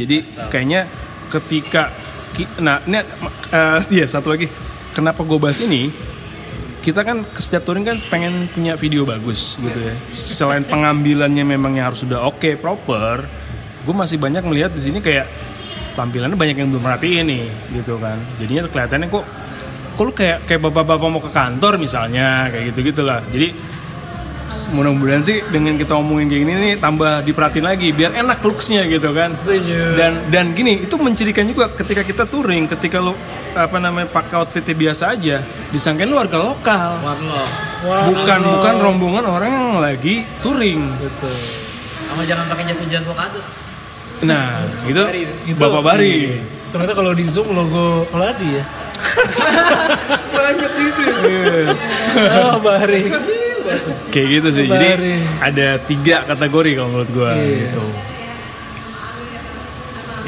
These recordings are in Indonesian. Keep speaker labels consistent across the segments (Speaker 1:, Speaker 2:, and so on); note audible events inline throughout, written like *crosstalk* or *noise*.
Speaker 1: Jadi kayaknya ketika ki- nah ini eh, iya satu lagi kenapa gue bahas ini kita kan ke setiap touring kan pengen punya video bagus gitu ya. Selain pengambilannya memang yang harus sudah oke proper, gue masih banyak melihat di sini kayak tampilannya banyak yang belum merhatiin nih gitu kan. Jadinya kelihatannya kok kok lu kayak kayak bapak-bapak mau ke kantor misalnya kayak gitu gitulah. Jadi s- mudah-mudahan sih dengan kita omongin kayak gini nih tambah diperhatiin lagi biar enak looksnya gitu kan dan dan gini itu mencirikan juga ketika kita touring ketika lu apa namanya pakai outfitnya biasa aja disangkain lu warga lokal
Speaker 2: warlock
Speaker 1: bukan bukan rombongan orang yang lagi touring
Speaker 2: sama jangan pakai jas hujan Pokado
Speaker 1: nah itu
Speaker 3: Itu-
Speaker 1: bapak bari
Speaker 3: Ternyata kalau di zoom logo Ladi ya.
Speaker 2: lanjut gitu
Speaker 3: Oh, Bari.
Speaker 1: kayak gitu sih
Speaker 3: Bapak
Speaker 1: jadi
Speaker 3: Bari.
Speaker 1: ada tiga kategori kalau menurut gua gitu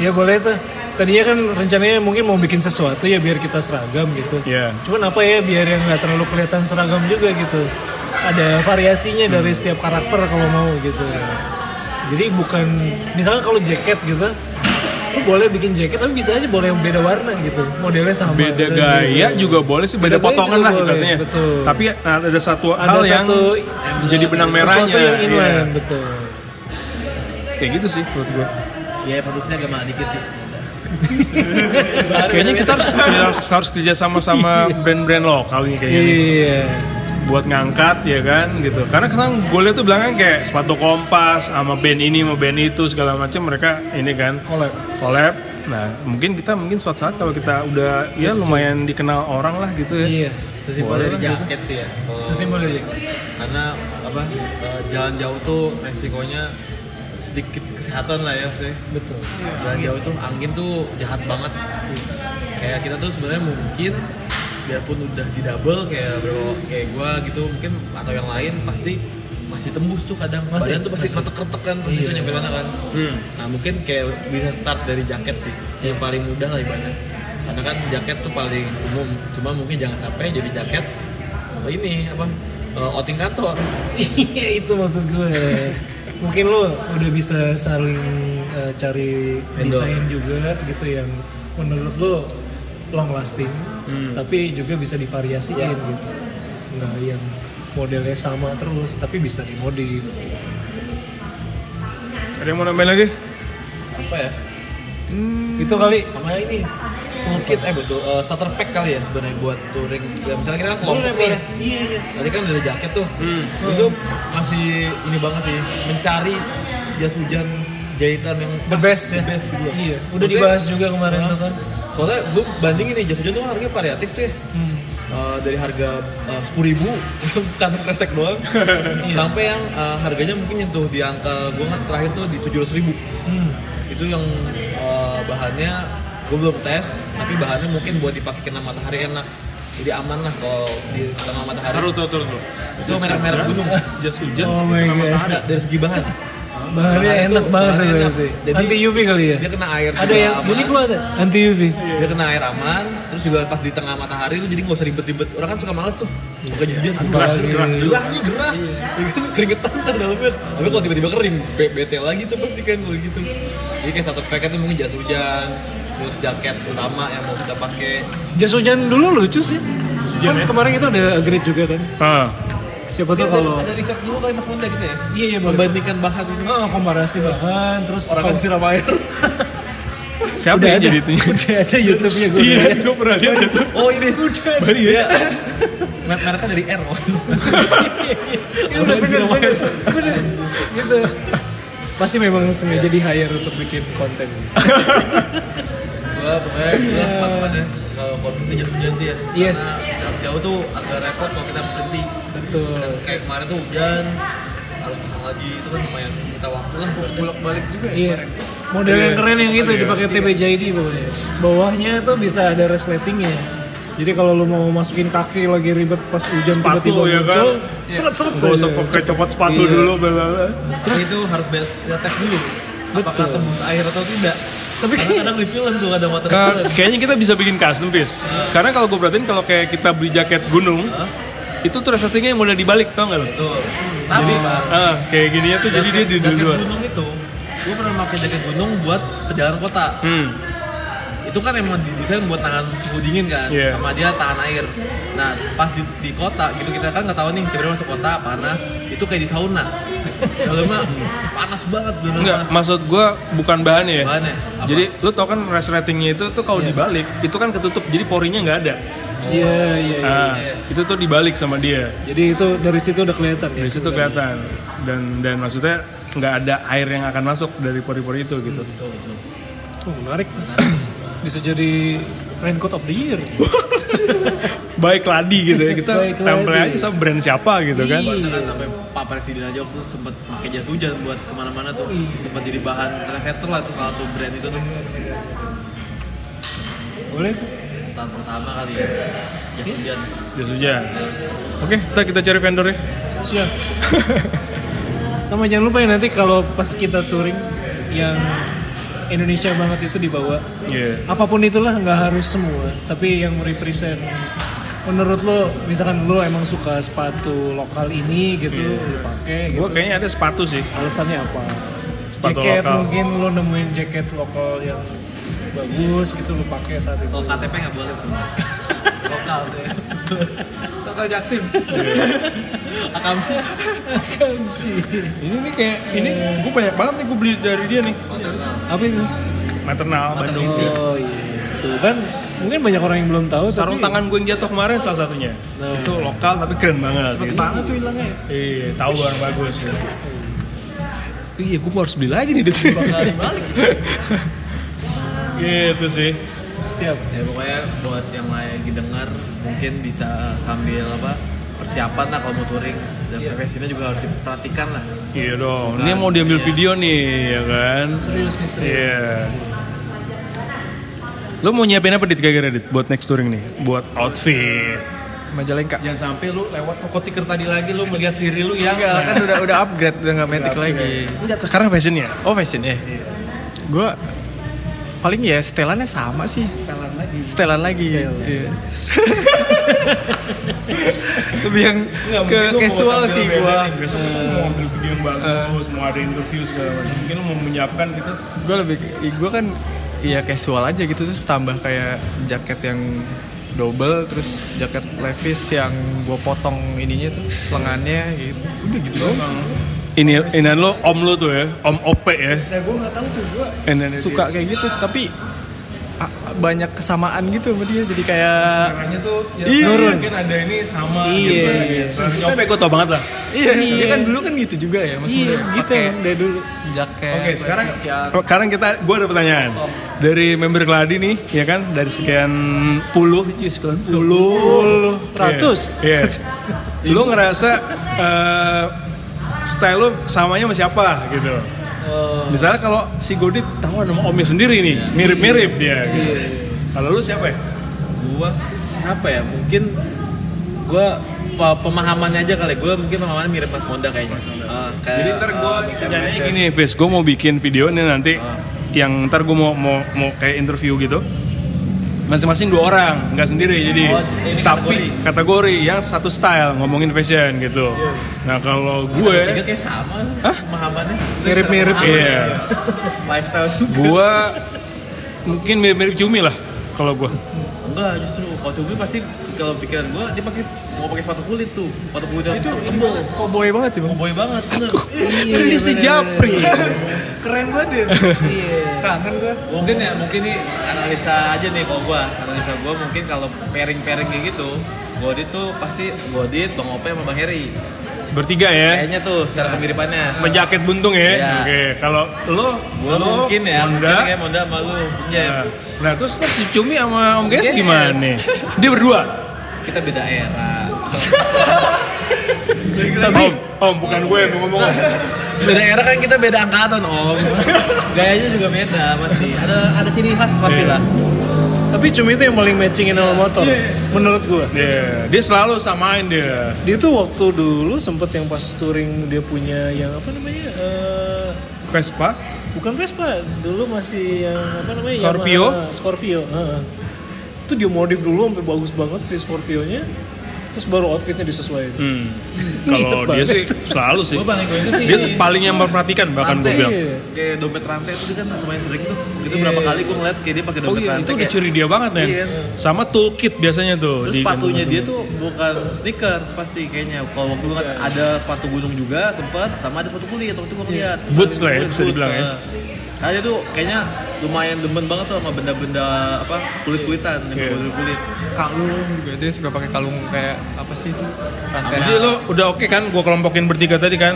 Speaker 3: Ya boleh tuh. Tadinya kan rencananya mungkin mau bikin sesuatu ya biar kita seragam gitu.
Speaker 1: ya
Speaker 3: Cuman apa ya biar yang nggak terlalu kelihatan seragam juga gitu. Ada variasinya dari
Speaker 1: Hmm.
Speaker 3: setiap karakter kalau mau gitu. Jadi bukan misalnya kalau jaket gitu, lu boleh bikin jaket tapi bisa aja boleh yang beda warna gitu. Modelnya sama.
Speaker 1: beda
Speaker 3: Misalnya
Speaker 1: gaya
Speaker 3: gitu.
Speaker 1: juga boleh sih
Speaker 3: Beda
Speaker 1: beda,
Speaker 3: gaya
Speaker 1: potongan
Speaker 3: juga
Speaker 1: lah
Speaker 3: boleh,
Speaker 1: ibaratnya
Speaker 3: betul.
Speaker 1: tapi nah, ada satu
Speaker 3: Ada
Speaker 1: hal yang
Speaker 3: satu
Speaker 1: jadi benang merahnya
Speaker 3: sesuatu yang
Speaker 1: Iya.
Speaker 3: inline betul.
Speaker 1: kayak gitu sih menurut gua
Speaker 2: ya produksinya agak mahal dikit sih
Speaker 1: kayaknya kita harus, kita harus harus kerja sama
Speaker 3: *laughs*
Speaker 1: sama brand-brand lokal nih kayaknya nih.
Speaker 3: Iya.
Speaker 1: buat ngangkat ya kan gitu karena kan gue liat tuh belakang kayak sepatu kompas sama band ini sama band itu segala macam mereka ini kan
Speaker 3: Collab.
Speaker 1: collab nah mungkin kita mungkin suatu saat kalau kita udah ya lumayan dikenal orang lah gitu ya
Speaker 3: Iya.
Speaker 2: sesimpel dari jaket sih ya Kalau-
Speaker 3: Sesimpel aja.
Speaker 2: karena apa eh, jalan jauh tuh resikonya sedikit kesehatan lah ya sih
Speaker 3: Betul.
Speaker 2: jalan jauh tuh angin tuh jahat banget kayak kita tuh sebenarnya mungkin biarpun udah di double kayak bro kayak gua gitu mungkin atau yang lain pasti masih tembus tuh kadang
Speaker 3: Masih, Iya.
Speaker 2: badan
Speaker 3: Hmm.
Speaker 2: tuh pasti kretek-kretek kan pasti tuh nyampe sana kan nah mungkin kayak bisa start dari jaket sih
Speaker 3: Iya.
Speaker 2: yang paling mudah lah ibaratnya karena kan jaket tuh paling umum cuma mungkin jangan sampai jadi jaket apa ini apa eh, outing kantor
Speaker 3: Iya itu maksud gue. Mungkin lo udah bisa saling eh, cari
Speaker 2: Vendor.
Speaker 3: desain juga gitu yang menurut lo long lasting,
Speaker 2: Hmm.
Speaker 3: tapi juga bisa
Speaker 2: Iya.
Speaker 3: divariasiin gitu. Nah yang modelnya sama terus tapi bisa dimodif.
Speaker 1: ada yang mau nambahin lagi
Speaker 2: apa ya
Speaker 3: Itu kali
Speaker 2: sama ini toolkit eh betul eh, starter pack kali ya sebenarnya buat touring ya, misalnya kita kelompok nih
Speaker 3: Iya,
Speaker 2: tadi kan udah jaket tuh
Speaker 3: Hmm.
Speaker 2: itu masih ini banget sih mencari jas hujan jahitan yang
Speaker 3: the
Speaker 2: pas,
Speaker 3: best ya.
Speaker 2: the best gitu loh.
Speaker 3: Iya. Udah
Speaker 2: Maksudnya,
Speaker 3: dibahas juga kemarin tuh kan.
Speaker 2: soalnya gue bandingin nih jas hujan tuh kan harganya variatif tuh ya
Speaker 3: Hmm.
Speaker 2: Eh, dari harga sepuluh ribu *laughs* bukan kresek
Speaker 3: *laughs*
Speaker 2: doang
Speaker 3: Iya.
Speaker 2: sampai yang eh, harganya mungkin nyentuh di angka gue nggak terakhir tuh di tujuh ribu
Speaker 3: Hmm.
Speaker 2: itu yang eh, bahannya gue belum tes tapi bahannya mungkin buat dipakai kena matahari enak jadi aman lah kalau di tengah matahari
Speaker 1: taruh taruh taruh, taruh.
Speaker 2: itu merek-merek gunung
Speaker 1: jas hujan
Speaker 3: Oh my
Speaker 1: sama
Speaker 3: God.
Speaker 1: matahari.
Speaker 2: Nggak, dari segi bahan Bahan
Speaker 3: Bahannya
Speaker 2: tuh,
Speaker 3: enak banget ya
Speaker 2: bahannya enak.
Speaker 3: berarti.
Speaker 2: Jadi-
Speaker 3: Anti UV kali ya.
Speaker 2: dia kena air
Speaker 3: Ada
Speaker 2: juga
Speaker 3: yang
Speaker 2: aman,
Speaker 3: unik lo ada anti UV.
Speaker 2: dia kena air aman terus juga pas di tengah matahari itu jadi nggak usah ribet-ribet orang kan suka males tuh pakai jas hujan aduh gerah
Speaker 1: Gerah,
Speaker 2: gerah
Speaker 1: gerah.
Speaker 2: gerah nih gerah Ya kan, keringetan ntar dalamnya tapi kalau tiba-tiba kering be- bete lagi tuh pasti kan kalau gitu jadi kayak satu paket tuh mungkin jas hujan terus jaket utama yang mau kita pakai
Speaker 3: Jas hujan dulu lucu sih.
Speaker 1: hujan
Speaker 3: Kan
Speaker 1: ya.
Speaker 3: kemarin kita udah agree juga kan.
Speaker 1: Ah,
Speaker 3: Siapa
Speaker 2: Mungkin
Speaker 3: tuh
Speaker 2: ada,
Speaker 3: kalau
Speaker 2: ada riset dulu kali Mas Munda gitu ya?
Speaker 3: Iya iya boleh.
Speaker 2: Membandingkan bahan ini
Speaker 3: Oh, komparasi bahan terus
Speaker 2: Orang kan
Speaker 3: kalau-
Speaker 2: siram air
Speaker 1: siapa
Speaker 3: udah
Speaker 1: yang
Speaker 3: ada
Speaker 1: jadi itu
Speaker 3: *laughs* udah ada YouTube-nya gue.
Speaker 1: ya iya gue pernah lihat itu.
Speaker 2: Oh ini
Speaker 3: Udah.
Speaker 2: Bari ya Mer- Mereknya dari R oh.
Speaker 3: Iya, udah bener bener bener. Gitu. Pasti memang sengaja di hire untuk bikin konten.
Speaker 2: Gua pokoknya gua teman-teman ya Kalau konsumsi jas hujan sih ya
Speaker 3: Iya.
Speaker 2: Karena jarak jauh tuh agak repot kalau kita berhenti Dan
Speaker 3: Betul.
Speaker 2: Kayak kemarin tuh hujan harus pasang lagi itu kan lumayan kita waktu lah bolak balik juga
Speaker 3: Iya. Model yang keren yang
Speaker 1: Iya.
Speaker 3: itu dipakai TPJD pokoknya. Bawahnya tuh bisa ada resletingnya. Jadi kalau lu mau masukin kaki lagi ribet pas hujan
Speaker 1: Sepatu,
Speaker 3: tiba-tiba
Speaker 1: ya kan?
Speaker 3: muncul, seret-seret
Speaker 1: gak usah
Speaker 3: aja.
Speaker 1: pakai copot sepatu
Speaker 3: Iya.
Speaker 1: dulu bla bla bla.
Speaker 2: terus itu harus bel- ya, tes dulu apakah tembus air atau tidak
Speaker 3: Tapi
Speaker 2: karena kadang refill tuh kadang water
Speaker 3: Kan,
Speaker 1: Nah,
Speaker 2: refill
Speaker 1: kayaknya kita bisa bikin custom piece. Karena kalau gue perhatiin kalau kayak kita beli jaket gunung, itu tuh resletingnya yang udah dibalik tau gak lo?
Speaker 2: tuh tapi Bang,
Speaker 1: Ah, kayak gininya tuh jadi dia di
Speaker 2: jaket
Speaker 1: dua.
Speaker 2: gunung itu gue pernah pakai jaket gunung buat perjalanan kota
Speaker 1: hmm
Speaker 2: itu kan emang didesain buat tahan suhu dingin kan
Speaker 1: Iya.
Speaker 2: sama dia tahan air nah pas di, di kota gitu kita kan nggak tahu nih tiba-tiba masuk kota panas itu kayak di
Speaker 1: *laughs*
Speaker 2: sauna dalamnya panas banget bener
Speaker 1: Enggak,
Speaker 2: panas
Speaker 1: maksud gua bukan bahannya ya.
Speaker 2: Bahannya, apa?
Speaker 1: Jadi lu tau kan rest ratingnya itu tuh kalau dibalik, itu kan ketutup, jadi porinya nggak ada.
Speaker 3: Iya, iya. iya.
Speaker 1: Nah, itu tuh dibalik sama dia.
Speaker 3: Jadi itu dari situ udah kelihatan ya.
Speaker 1: Dari situ kelihatan. Dan dan maksudnya nggak ada air yang akan masuk dari pori-pori itu gitu.
Speaker 3: Oh, menarik. *clears throat* Bisa jadi raincoat of the
Speaker 1: *laughs*
Speaker 3: year.
Speaker 1: Baik ladi gitu ya. Kita
Speaker 3: Baik ladi.
Speaker 1: tempel aja sama brand siapa gitu kan.
Speaker 2: Bahkan kan sampai Pak Presiden aja waktu sempat pakai jas hujan buat kemana-mana tuh sempat jadi bahan trendsetter lah tuh kalau tuh brand itu tuh
Speaker 3: Boleh tuh.
Speaker 2: start pertama kali ya jas hujan
Speaker 1: Ya sudah. Oke, kita kita cari vendor ya.
Speaker 3: Siap. Sama jangan lupa ya nanti kalau pas kita touring yang Indonesia banget itu dibawa.
Speaker 1: *laughs* Iya.
Speaker 3: Apapun itulah nggak harus semua, tapi yang represent menurut lo misalkan lo emang suka sepatu lokal ini gitu lo pakai
Speaker 1: Iya.
Speaker 3: gitu.
Speaker 1: Gua kayaknya ada sepatu sih.
Speaker 3: alasannya apa?
Speaker 1: Sepatu
Speaker 3: jaket
Speaker 1: lokal.
Speaker 3: mungkin lo nemuin jaket lokal yang bagus gitu lo pakai saat itu.
Speaker 2: kalau KTP nggak boleh *laughs* semua lokal tuh ya. lokal jaktim akamsi
Speaker 1: Ini nih kayak ini gue banyak banget nih gue beli dari dia nih.
Speaker 3: apa itu?
Speaker 1: Maternal Bandung.
Speaker 3: Oh iya. Tuh kan mungkin banyak orang yang belum tahu
Speaker 1: Sarung
Speaker 3: tapi
Speaker 1: tangan gue yang jatuh kemarin salah satunya.
Speaker 3: Nah.
Speaker 1: Itu lokal tapi keren banget. Gitu.
Speaker 4: Banget tuh hilangnya.
Speaker 3: ya?
Speaker 1: Iya, tahu barang bagus. Ya. Iya, gue harus beli lagi nih di sini. gitu sih.
Speaker 3: siap.
Speaker 2: ya pokoknya buat yang lagi dengar mungkin bisa sambil apa persiapan lah kalau mau touring dan frekuensinya juga harus diperhatikan lah
Speaker 1: Iya dong. Ini mau diambil video nih, ya kan?
Speaker 3: Serius nih serius.
Speaker 1: Iya. Lo mau nyiapin apa dit kira-kira dit buat next touring nih? Buat outfit.
Speaker 4: Majalengka.
Speaker 2: jangan sampai lu lewat toko tiker tadi lagi lu melihat diri lu yang
Speaker 4: Enggak, kan udah udah upgrade, udah nggak metik lagi.
Speaker 1: Enggak, sekarang fashionnya.
Speaker 4: Oh fashion ya. Gue paling ya setelannya sama sih. Setelan lagi. Setelan lagi. *laughs* Iya. Lebih yang ke casual sih gue.
Speaker 1: Besok kita mau ambil video yang bagus, mau ada interview segala macam. Mungkin lo mau menyiapkan gitu.
Speaker 4: Gue lebih gue kan ya casual aja gitu terus tambah kayak jaket yang double terus jaket levis yang gue potong ininya tuh lengannya gitu udah gitu doang sih.
Speaker 1: Ini ini lo om lo tuh ya, om OP ya.
Speaker 4: Nah, gue nggak tahu tuh gue
Speaker 1: Ini
Speaker 4: suka kayak gitu tapi a- a- banyak kesamaan gitu sama dia jadi kayak
Speaker 1: Caranya tuh ya,
Speaker 4: Iya.
Speaker 1: mungkin ada ini sama
Speaker 3: Iya,
Speaker 1: gitu. ya.
Speaker 3: iya.
Speaker 1: Rasanya OP gue tau banget lah.
Speaker 4: iya dia kan dulu kan gitu juga ya mas
Speaker 3: Iya, gitu emang dari dulu.
Speaker 4: jaket
Speaker 1: Oke, sekarang
Speaker 4: levis yang-
Speaker 1: sekarang kita gue ada pertanyaan. Dari member Keladi nih, ya kan dari sekian puluh, cuy, sekian puluh,
Speaker 3: Ratus.
Speaker 1: Iya. Iya. Lu ngerasa eh, style lu samanya sama siapa
Speaker 3: Eh.
Speaker 1: gitu. Misalnya kalau si Godit tahu sama omnya sendiri nih, mirip-mirip dia gitu.
Speaker 3: Iya,
Speaker 1: Kalau lu siapa ya?
Speaker 2: gua apa ya mungkin gua pe- pemahamannya aja kali gua mungkin pemahamannya mirip Mas Monda kayaknya Ah, kayak,
Speaker 1: Jadi ntar gue
Speaker 2: ah,
Speaker 1: rencananya
Speaker 2: SMS-nya.
Speaker 1: gini, Fis, gue mau bikin video nih nanti yang ntar gue mau mau mau kayak interview gitu. Masing-masing dua orang, nggak sendiri jadi.
Speaker 2: Oh, ini
Speaker 1: tapi kategori. yang satu style ngomongin fashion gitu.
Speaker 2: Iya.
Speaker 1: Nah kalau
Speaker 2: tiga
Speaker 1: gue,
Speaker 2: kayak sama pemahamannya
Speaker 3: Mirip-mirip
Speaker 2: Sama
Speaker 1: iya,
Speaker 2: lifestyle juga
Speaker 1: gue mungkin mirip-mirip Cumi lah kalau gue.
Speaker 2: enggak justru kalau Cubi pasti kalau pikiran gua dia pakai mau pakai sepatu kulit tuh sepatu kulit yang tebel
Speaker 4: cowboy banget sih bang
Speaker 2: boy banget bener Iya,
Speaker 1: Kan dia si Japri.
Speaker 4: keren banget ya kangen gue
Speaker 2: mungkin ya mungkin nih analisa aja nih kalau gua analisa gua mungkin kalau pairing pairing kayak gitu Godit tuh pasti Godit, Bang Ope sama Bang Heri
Speaker 1: Bertiga ya.
Speaker 2: kayaknya tuh secara kemiripannya
Speaker 1: Penjaket buntung ya.
Speaker 2: Iya.
Speaker 1: Oke, kalau lo,
Speaker 2: Gua
Speaker 1: lo,
Speaker 2: mungkin ya,
Speaker 1: Honda,
Speaker 2: mungkin kayak Monda sama lu mungkin ya.
Speaker 1: Nah, Nah, terus ntar si Cumi sama Om Ges
Speaker 2: Ges.
Speaker 1: gimana nih? Dia berdua.
Speaker 2: Kita beda era.
Speaker 1: Om, Om bukan gue yang ngomong. Om.
Speaker 2: Beda era kan kita beda angkatan, Om. Gayanya juga beda pasti. Ada ada ciri khas pasti
Speaker 1: Iya.
Speaker 2: lah.
Speaker 3: Tapi cuma itu yang paling matchingin sama motor menurut gua.
Speaker 1: *laughs* Iya, dia selalu samain dia.
Speaker 3: Dia tuh waktu dulu sempet yang pas touring dia punya yang apa namanya? eh,
Speaker 1: Vespa.
Speaker 3: bukan Vespa, dulu masih yang apa namanya?
Speaker 1: Scorpio?
Speaker 3: Yamaha, Scorpio. heeh. Itu dia modif dulu sampai bagus banget si Scorpionya. terus baru outfitnya disesuaikan
Speaker 1: Hmm. Kalau dia
Speaker 3: banget.
Speaker 1: sih selalu sih.
Speaker 2: Gua paling inget sih
Speaker 1: Dia paling yang memperhatikan bahkan gue
Speaker 2: Rantai.
Speaker 1: bilang.
Speaker 2: kayak dompet rantai itu dia kan lumayan sering tuh itu
Speaker 3: Iya.
Speaker 2: berapa kali gue ngeliat kayak dia pakai
Speaker 1: Oh
Speaker 2: dompet
Speaker 1: iya,
Speaker 2: rantai
Speaker 1: itu udah
Speaker 2: kayak-
Speaker 1: ciri dia banget Nen.
Speaker 2: Iya.
Speaker 1: Sama toolkit biasanya tuh.
Speaker 2: terus
Speaker 1: di-
Speaker 2: sepatunya dia tuh bukan sneakers pasti kayaknya kalau waktu itu
Speaker 1: Iya,
Speaker 2: kan ada sepatu gunung juga sempet sama ada sepatu kulit waktu gue ngeliat
Speaker 1: Boots lah ya, bisa
Speaker 2: Boots,
Speaker 1: dibilang ya.
Speaker 2: nah. nah dia tuh kayaknya lumayan demen banget tuh sama benda-benda apa kulit-kulitan yang
Speaker 1: Iya.
Speaker 2: kulit kulit
Speaker 4: kalung juga dia suka pakai kalung kayak apa sih itu rantai
Speaker 1: Jadi lo udah oke kan gue kelompokin bertiga tadi *laughs* kan?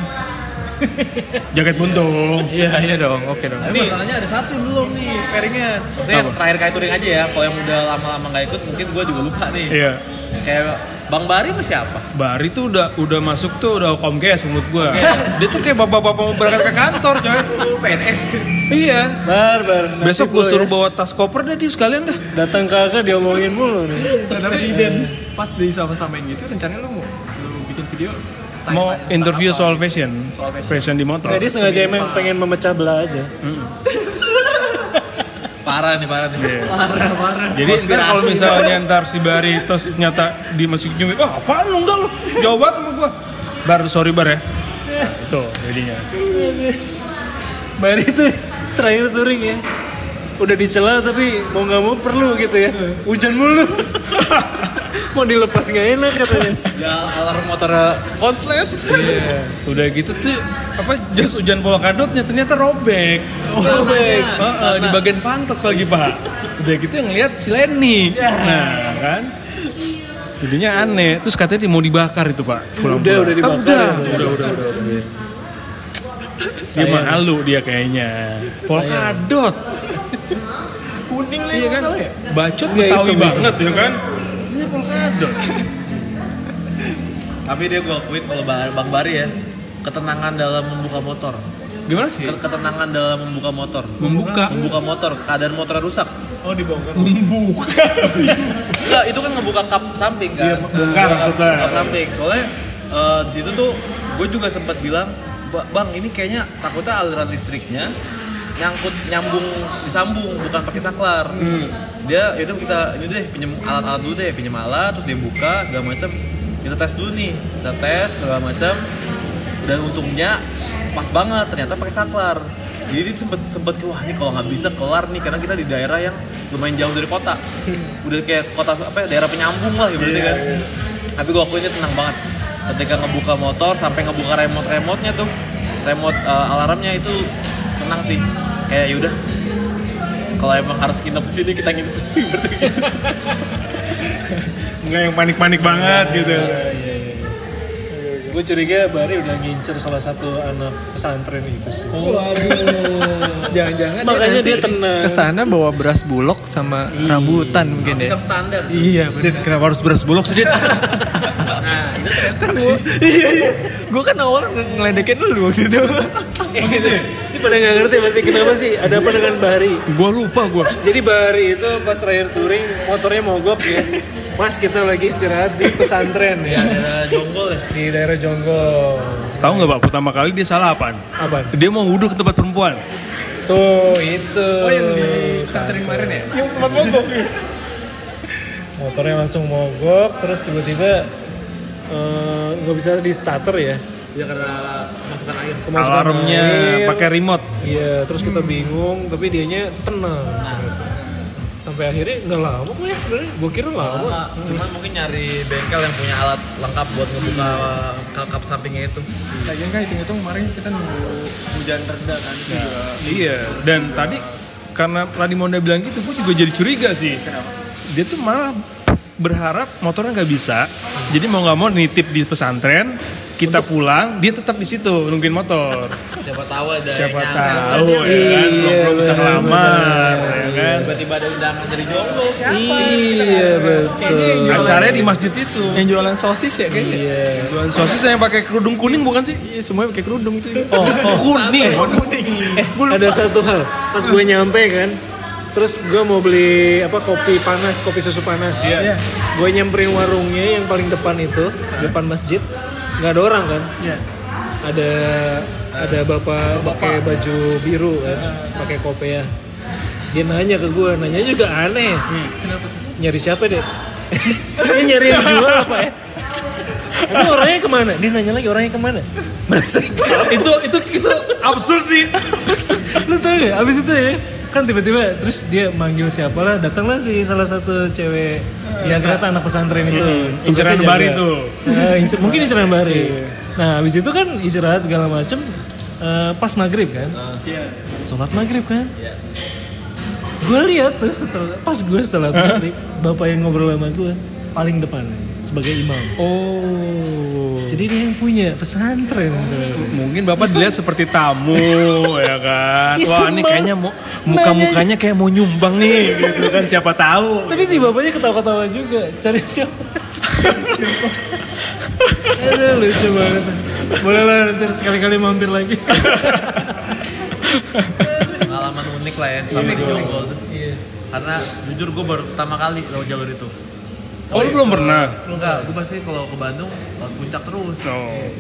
Speaker 1: Jaket buntung.
Speaker 4: iya iya dong oke dong
Speaker 2: tapi masalahnya ada satu yang belum nih pairingnya saya
Speaker 1: Apa?
Speaker 2: terakhir kali touring aja ya kalau yang udah lama-lama nggak ikut mungkin gue juga lupa nih
Speaker 1: Iya.
Speaker 2: kayak Bang Bari mah siapa?
Speaker 1: Bari tuh udah udah masuk tuh udah komkes menurut gua. Dia tuh kayak bapak-bapak mau berangkat ke kantor coy.
Speaker 2: PNS
Speaker 1: Iya.
Speaker 3: bar bar
Speaker 1: Besok
Speaker 3: gue
Speaker 1: gua ya. suruh bawa tas koper deh di sekalian dah.
Speaker 3: ya. datang kakak diomongin mulu nih
Speaker 4: presiden pas di sama-samain gitu rencananya lo mau lo bikin video tanya-
Speaker 1: Mau
Speaker 4: tanya
Speaker 1: interview
Speaker 4: apa?
Speaker 1: soal fashion. Fashion di motor.
Speaker 3: Nah, dia sengaja emang pengen memecah belah aja.
Speaker 2: Parah nih, parah nih
Speaker 1: Iya. Jadi ntar kalau misalnya ntar si Bari terus nyata di masuk nyumi, wah apaan lu enggak lu? Jauh banget sama gua. Bar, sorry bar ya. Tuh jadinya.
Speaker 3: Bari itu terakhir touring ya. Udah dicela tapi mau nggak mau perlu gitu ya. Hujan mulu.
Speaker 1: *laughs*
Speaker 3: mau dilepas nggak enak katanya.
Speaker 2: Ya alarm motor konslet
Speaker 1: Udah gitu tuh apa jas hujan polkadotnya ternyata robek.
Speaker 3: Oh, nah. baik.
Speaker 1: Heeh, di bagian pantat pagi pak. Udah gitu yang lihat si Lenny.
Speaker 3: Ya.
Speaker 1: Nah kan. Jadinya aneh. Terus katanya dia mau dibakar itu pak. Pulang
Speaker 3: Udah, udah dibakar.
Speaker 1: udah.
Speaker 3: Ya.
Speaker 1: udah, udah, udah, udah. Dia malu dia kayaknya. Polkadot. Kuning lah iya kan? Bacot
Speaker 3: Iya,
Speaker 1: Betawi
Speaker 3: hitam,
Speaker 1: banget ya kan? Ini polkadot.
Speaker 2: Tapi dia gua akuin kalau Ba- Bang Bari ya Ketenangan dalam membuka motor
Speaker 1: Gimana sih?
Speaker 2: Ke- Ketenangan dalam membuka motor
Speaker 1: Membuka.
Speaker 2: Membuka motor, keadaan motor rusak
Speaker 3: Oh dibongkar.
Speaker 1: Iya,
Speaker 2: Enggak, itu kan ngebuka kap samping kan
Speaker 1: Buka maksudnya.
Speaker 2: Kap samping, soalnya eh, di situ tuh gue juga sempat bilang "Ba- Bang ini kayaknya takutnya aliran listriknya nyangkut nyambung disambung bukan pakai saklar dia yaudah kita ini deh pinjem alat-alat dulu deh pinjem alat terus dia buka segala macam kita tes dulu nih kita tes segala macam dan untungnya pas banget ternyata pakai saklar jadi dia sempet sempet ke, wah ini kalau nggak bisa kelar nih karena kita di daerah yang lumayan jauh dari kota *laughs* udah kayak kota apa ya, daerah penyambung lah gitu kan tapi gua akuin ini tenang banget ketika ngebuka motor sampai ngebuka remote remote nya tuh remote eh, alarmnya itu tenang sih kayak yaudah kalau emang harus nginep di sini kita nginep di sini *laughs* berarti gitu.
Speaker 1: Enggak yang panik-panik banget gitu.
Speaker 3: Gue Iya, curiga Bari udah ngincer salah satu anak pesantren itu sih.
Speaker 1: Oh.
Speaker 4: jangan-jangan
Speaker 3: Makanya dia
Speaker 4: nanti
Speaker 3: tenang. Iya.
Speaker 4: kesana bawa beras bulog sama rambutan mungkin ya
Speaker 2: Pisang kan standar
Speaker 4: iya bener
Speaker 1: Kenapa harus beras bulog sih, Dit?
Speaker 4: gue kan awal nge- ngeledekin lu waktu itu
Speaker 3: Ini pada nggak ngerti masih kenapa sih ada apa dengan Bari?
Speaker 1: Gua lupa gua.
Speaker 3: Jadi Bari itu pas terakhir touring motornya mogok ya. Mas kita lagi istirahat di pesantren ya.
Speaker 2: daerah jonggol ya
Speaker 3: Di daerah Jonggol.
Speaker 1: Tahu nggak Pak, pertama kali dia salah apaan?
Speaker 3: Apa?
Speaker 1: Dia mau wudhu ke tempat perempuan.
Speaker 3: Tuh itu. Oh yang di pesantren
Speaker 4: Kan
Speaker 3: Iya,
Speaker 4: kemarin ya
Speaker 3: Motornya langsung mogok terus tiba-tiba eh, nggak bisa di starter ya.
Speaker 2: ya karena masukan air
Speaker 3: Kemasukan
Speaker 1: Alarmnya
Speaker 3: air.
Speaker 1: pakai remote.
Speaker 3: Iya, terus kita bingung, tapi dianya tenang. gitu. Sampai akhirnya nggak lama kok ya sebenarnya. Gue kira lama.
Speaker 2: Cuma- Nah, cuman mungkin nyari bengkel yang punya alat lengkap buat ngebuka kakap sampingnya itu
Speaker 4: lagian kan hitung-hitung kemarin kita nunggu hujan reda kan juga
Speaker 1: Iya. Dan tadi karena tadi Monda bilang gitu, gua juga jadi curiga sih. Dia tuh malah berharap motornya nggak bisa. Jadi mau nggak mau nitip di pesantren, kita pulang, dia tetap di situ nungguin motor.
Speaker 2: siapa tahu ada
Speaker 1: Siapa
Speaker 2: yang
Speaker 1: tahu ya kan, belum bisa
Speaker 3: Iya, benar,
Speaker 1: ngelamar ya kan.
Speaker 2: tiba-tiba ada undangan dari jonggol siapa gitu kan?
Speaker 3: Iya betul.
Speaker 1: Acaranya di masjid itu.
Speaker 4: yang jualan sosis ya kayaknya
Speaker 1: Jualan sosis yang pakai kerudung kuning bukan sih?
Speaker 4: iya semuanya pakai kerudung tuh
Speaker 1: Oh,
Speaker 4: *laughs*
Speaker 1: kuning.
Speaker 4: Eh,
Speaker 3: Ada satu hal, pas gue nyampe kan, terus gue mau beli apa kopi panas, kopi susu panas. Gue nyamperin warungnya yang paling depan itu, depan masjid, nggak ada orang kan. Ada ada bapak pakai baju biru kan, pakai *laughs* kopi ya. Dia nanya ke gue, nanya juga aneh. Nyari siapa deh?
Speaker 5: Dia nyari yang dijual apa ya? Ini orangnya kemana? Dia nanya lagi orangnya kemana? Merasa itu
Speaker 2: itu itu itu
Speaker 1: absurd sih
Speaker 3: lu tau gak abis itu ya kan tiba-tiba terus dia manggil siapa lah datanglah si salah satu cewek yang ternyata anak pesantren itu
Speaker 1: Hmm,
Speaker 3: Tugasnya
Speaker 1: inceran
Speaker 3: jaga.
Speaker 1: Bari tuh. Iya.
Speaker 3: Eh, incer- mungkin inceran bari nah abis itu kan istirahat segala macem eh, pas maghrib kan sholat maghrib kan gue lihat tuh setelah pas gue sholat maghrib bapak yang ngobrol sama gue paling depan sebagai imam
Speaker 1: oh
Speaker 3: jadi dia yang punya pesantren
Speaker 1: mungkin bapak dilihat seperti *laughs* tamu ya kan wah
Speaker 3: Iseng
Speaker 1: ini
Speaker 3: banget.
Speaker 1: kayaknya mu- muka-mukanya kayak mau nyumbang nih gitu kan siapa tahu
Speaker 3: Tapi si bapaknya ketawa-ketawa juga. Cari siapa? Aduh lucu banget. Boleh lah nanti sekali-kali mampir lagi.
Speaker 2: pengalaman unik lah
Speaker 1: Iya,
Speaker 2: ya selama ini jonggol tuh karena jujur gue baru pertama kali lewat jalur itu
Speaker 1: oh lu belum pernah
Speaker 2: enggak gue pasti kalau ke Bandung lewat puncak terus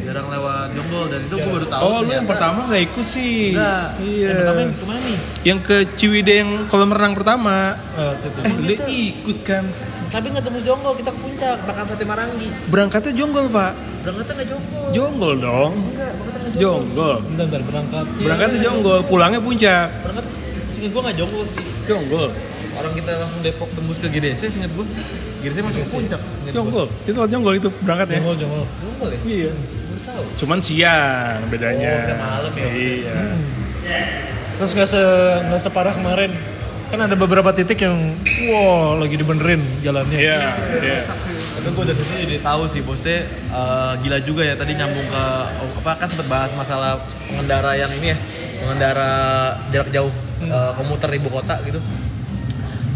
Speaker 2: jarang lewat jonggol dan itu gue baru tahu
Speaker 1: Oh, lu yang
Speaker 2: ternyata-
Speaker 1: pertama nggak ikut sih.
Speaker 2: enggak
Speaker 1: Iya.
Speaker 2: yang pertama yang kemana nih
Speaker 1: Yang ke Ciwide yang kolam renang pertama.
Speaker 3: Oh, situ.
Speaker 1: Eh, lu ikut kan?
Speaker 2: tapi ketemu jonggol kita ke puncak makan sate marangi
Speaker 1: Berangkatnya jonggol, Pak.
Speaker 2: berangkatnya nggak jonggol
Speaker 1: Jonggol dong.
Speaker 2: enggak berangkatnya nggak jonggol
Speaker 1: Jonggol. Iya.
Speaker 3: Bentar, bentar, berangkat. Iya.
Speaker 1: Berangkatnya jonggol, pulangnya puncak.
Speaker 2: berangkat singkat gue nggak jonggol sih
Speaker 1: Jonggol.
Speaker 2: orang kita langsung Depok tembus ke GDC singkat gue GDC masuk ke puncak singkat gue
Speaker 1: Jonggol. Itu lewat jonggol itu berangkatnya.
Speaker 3: Jongol, jongol.
Speaker 2: jonggol ya
Speaker 1: Iya. Cuman siang bedanya.
Speaker 2: Oh, udah malam ya.
Speaker 1: Iya.
Speaker 3: Terus nggak se nggak separah kemarin. Kan ada beberapa titik yang wow lagi dibenerin jalannya.
Speaker 1: Iya, iya.
Speaker 2: tapi gue dari sini jadi tahu sih bosnya eh, gila juga ya tadi nyambung ke oh, apa kan sempet bahas masalah pengendara yang ini ya pengendara jarak jauh eh, komuter ibu kota gitu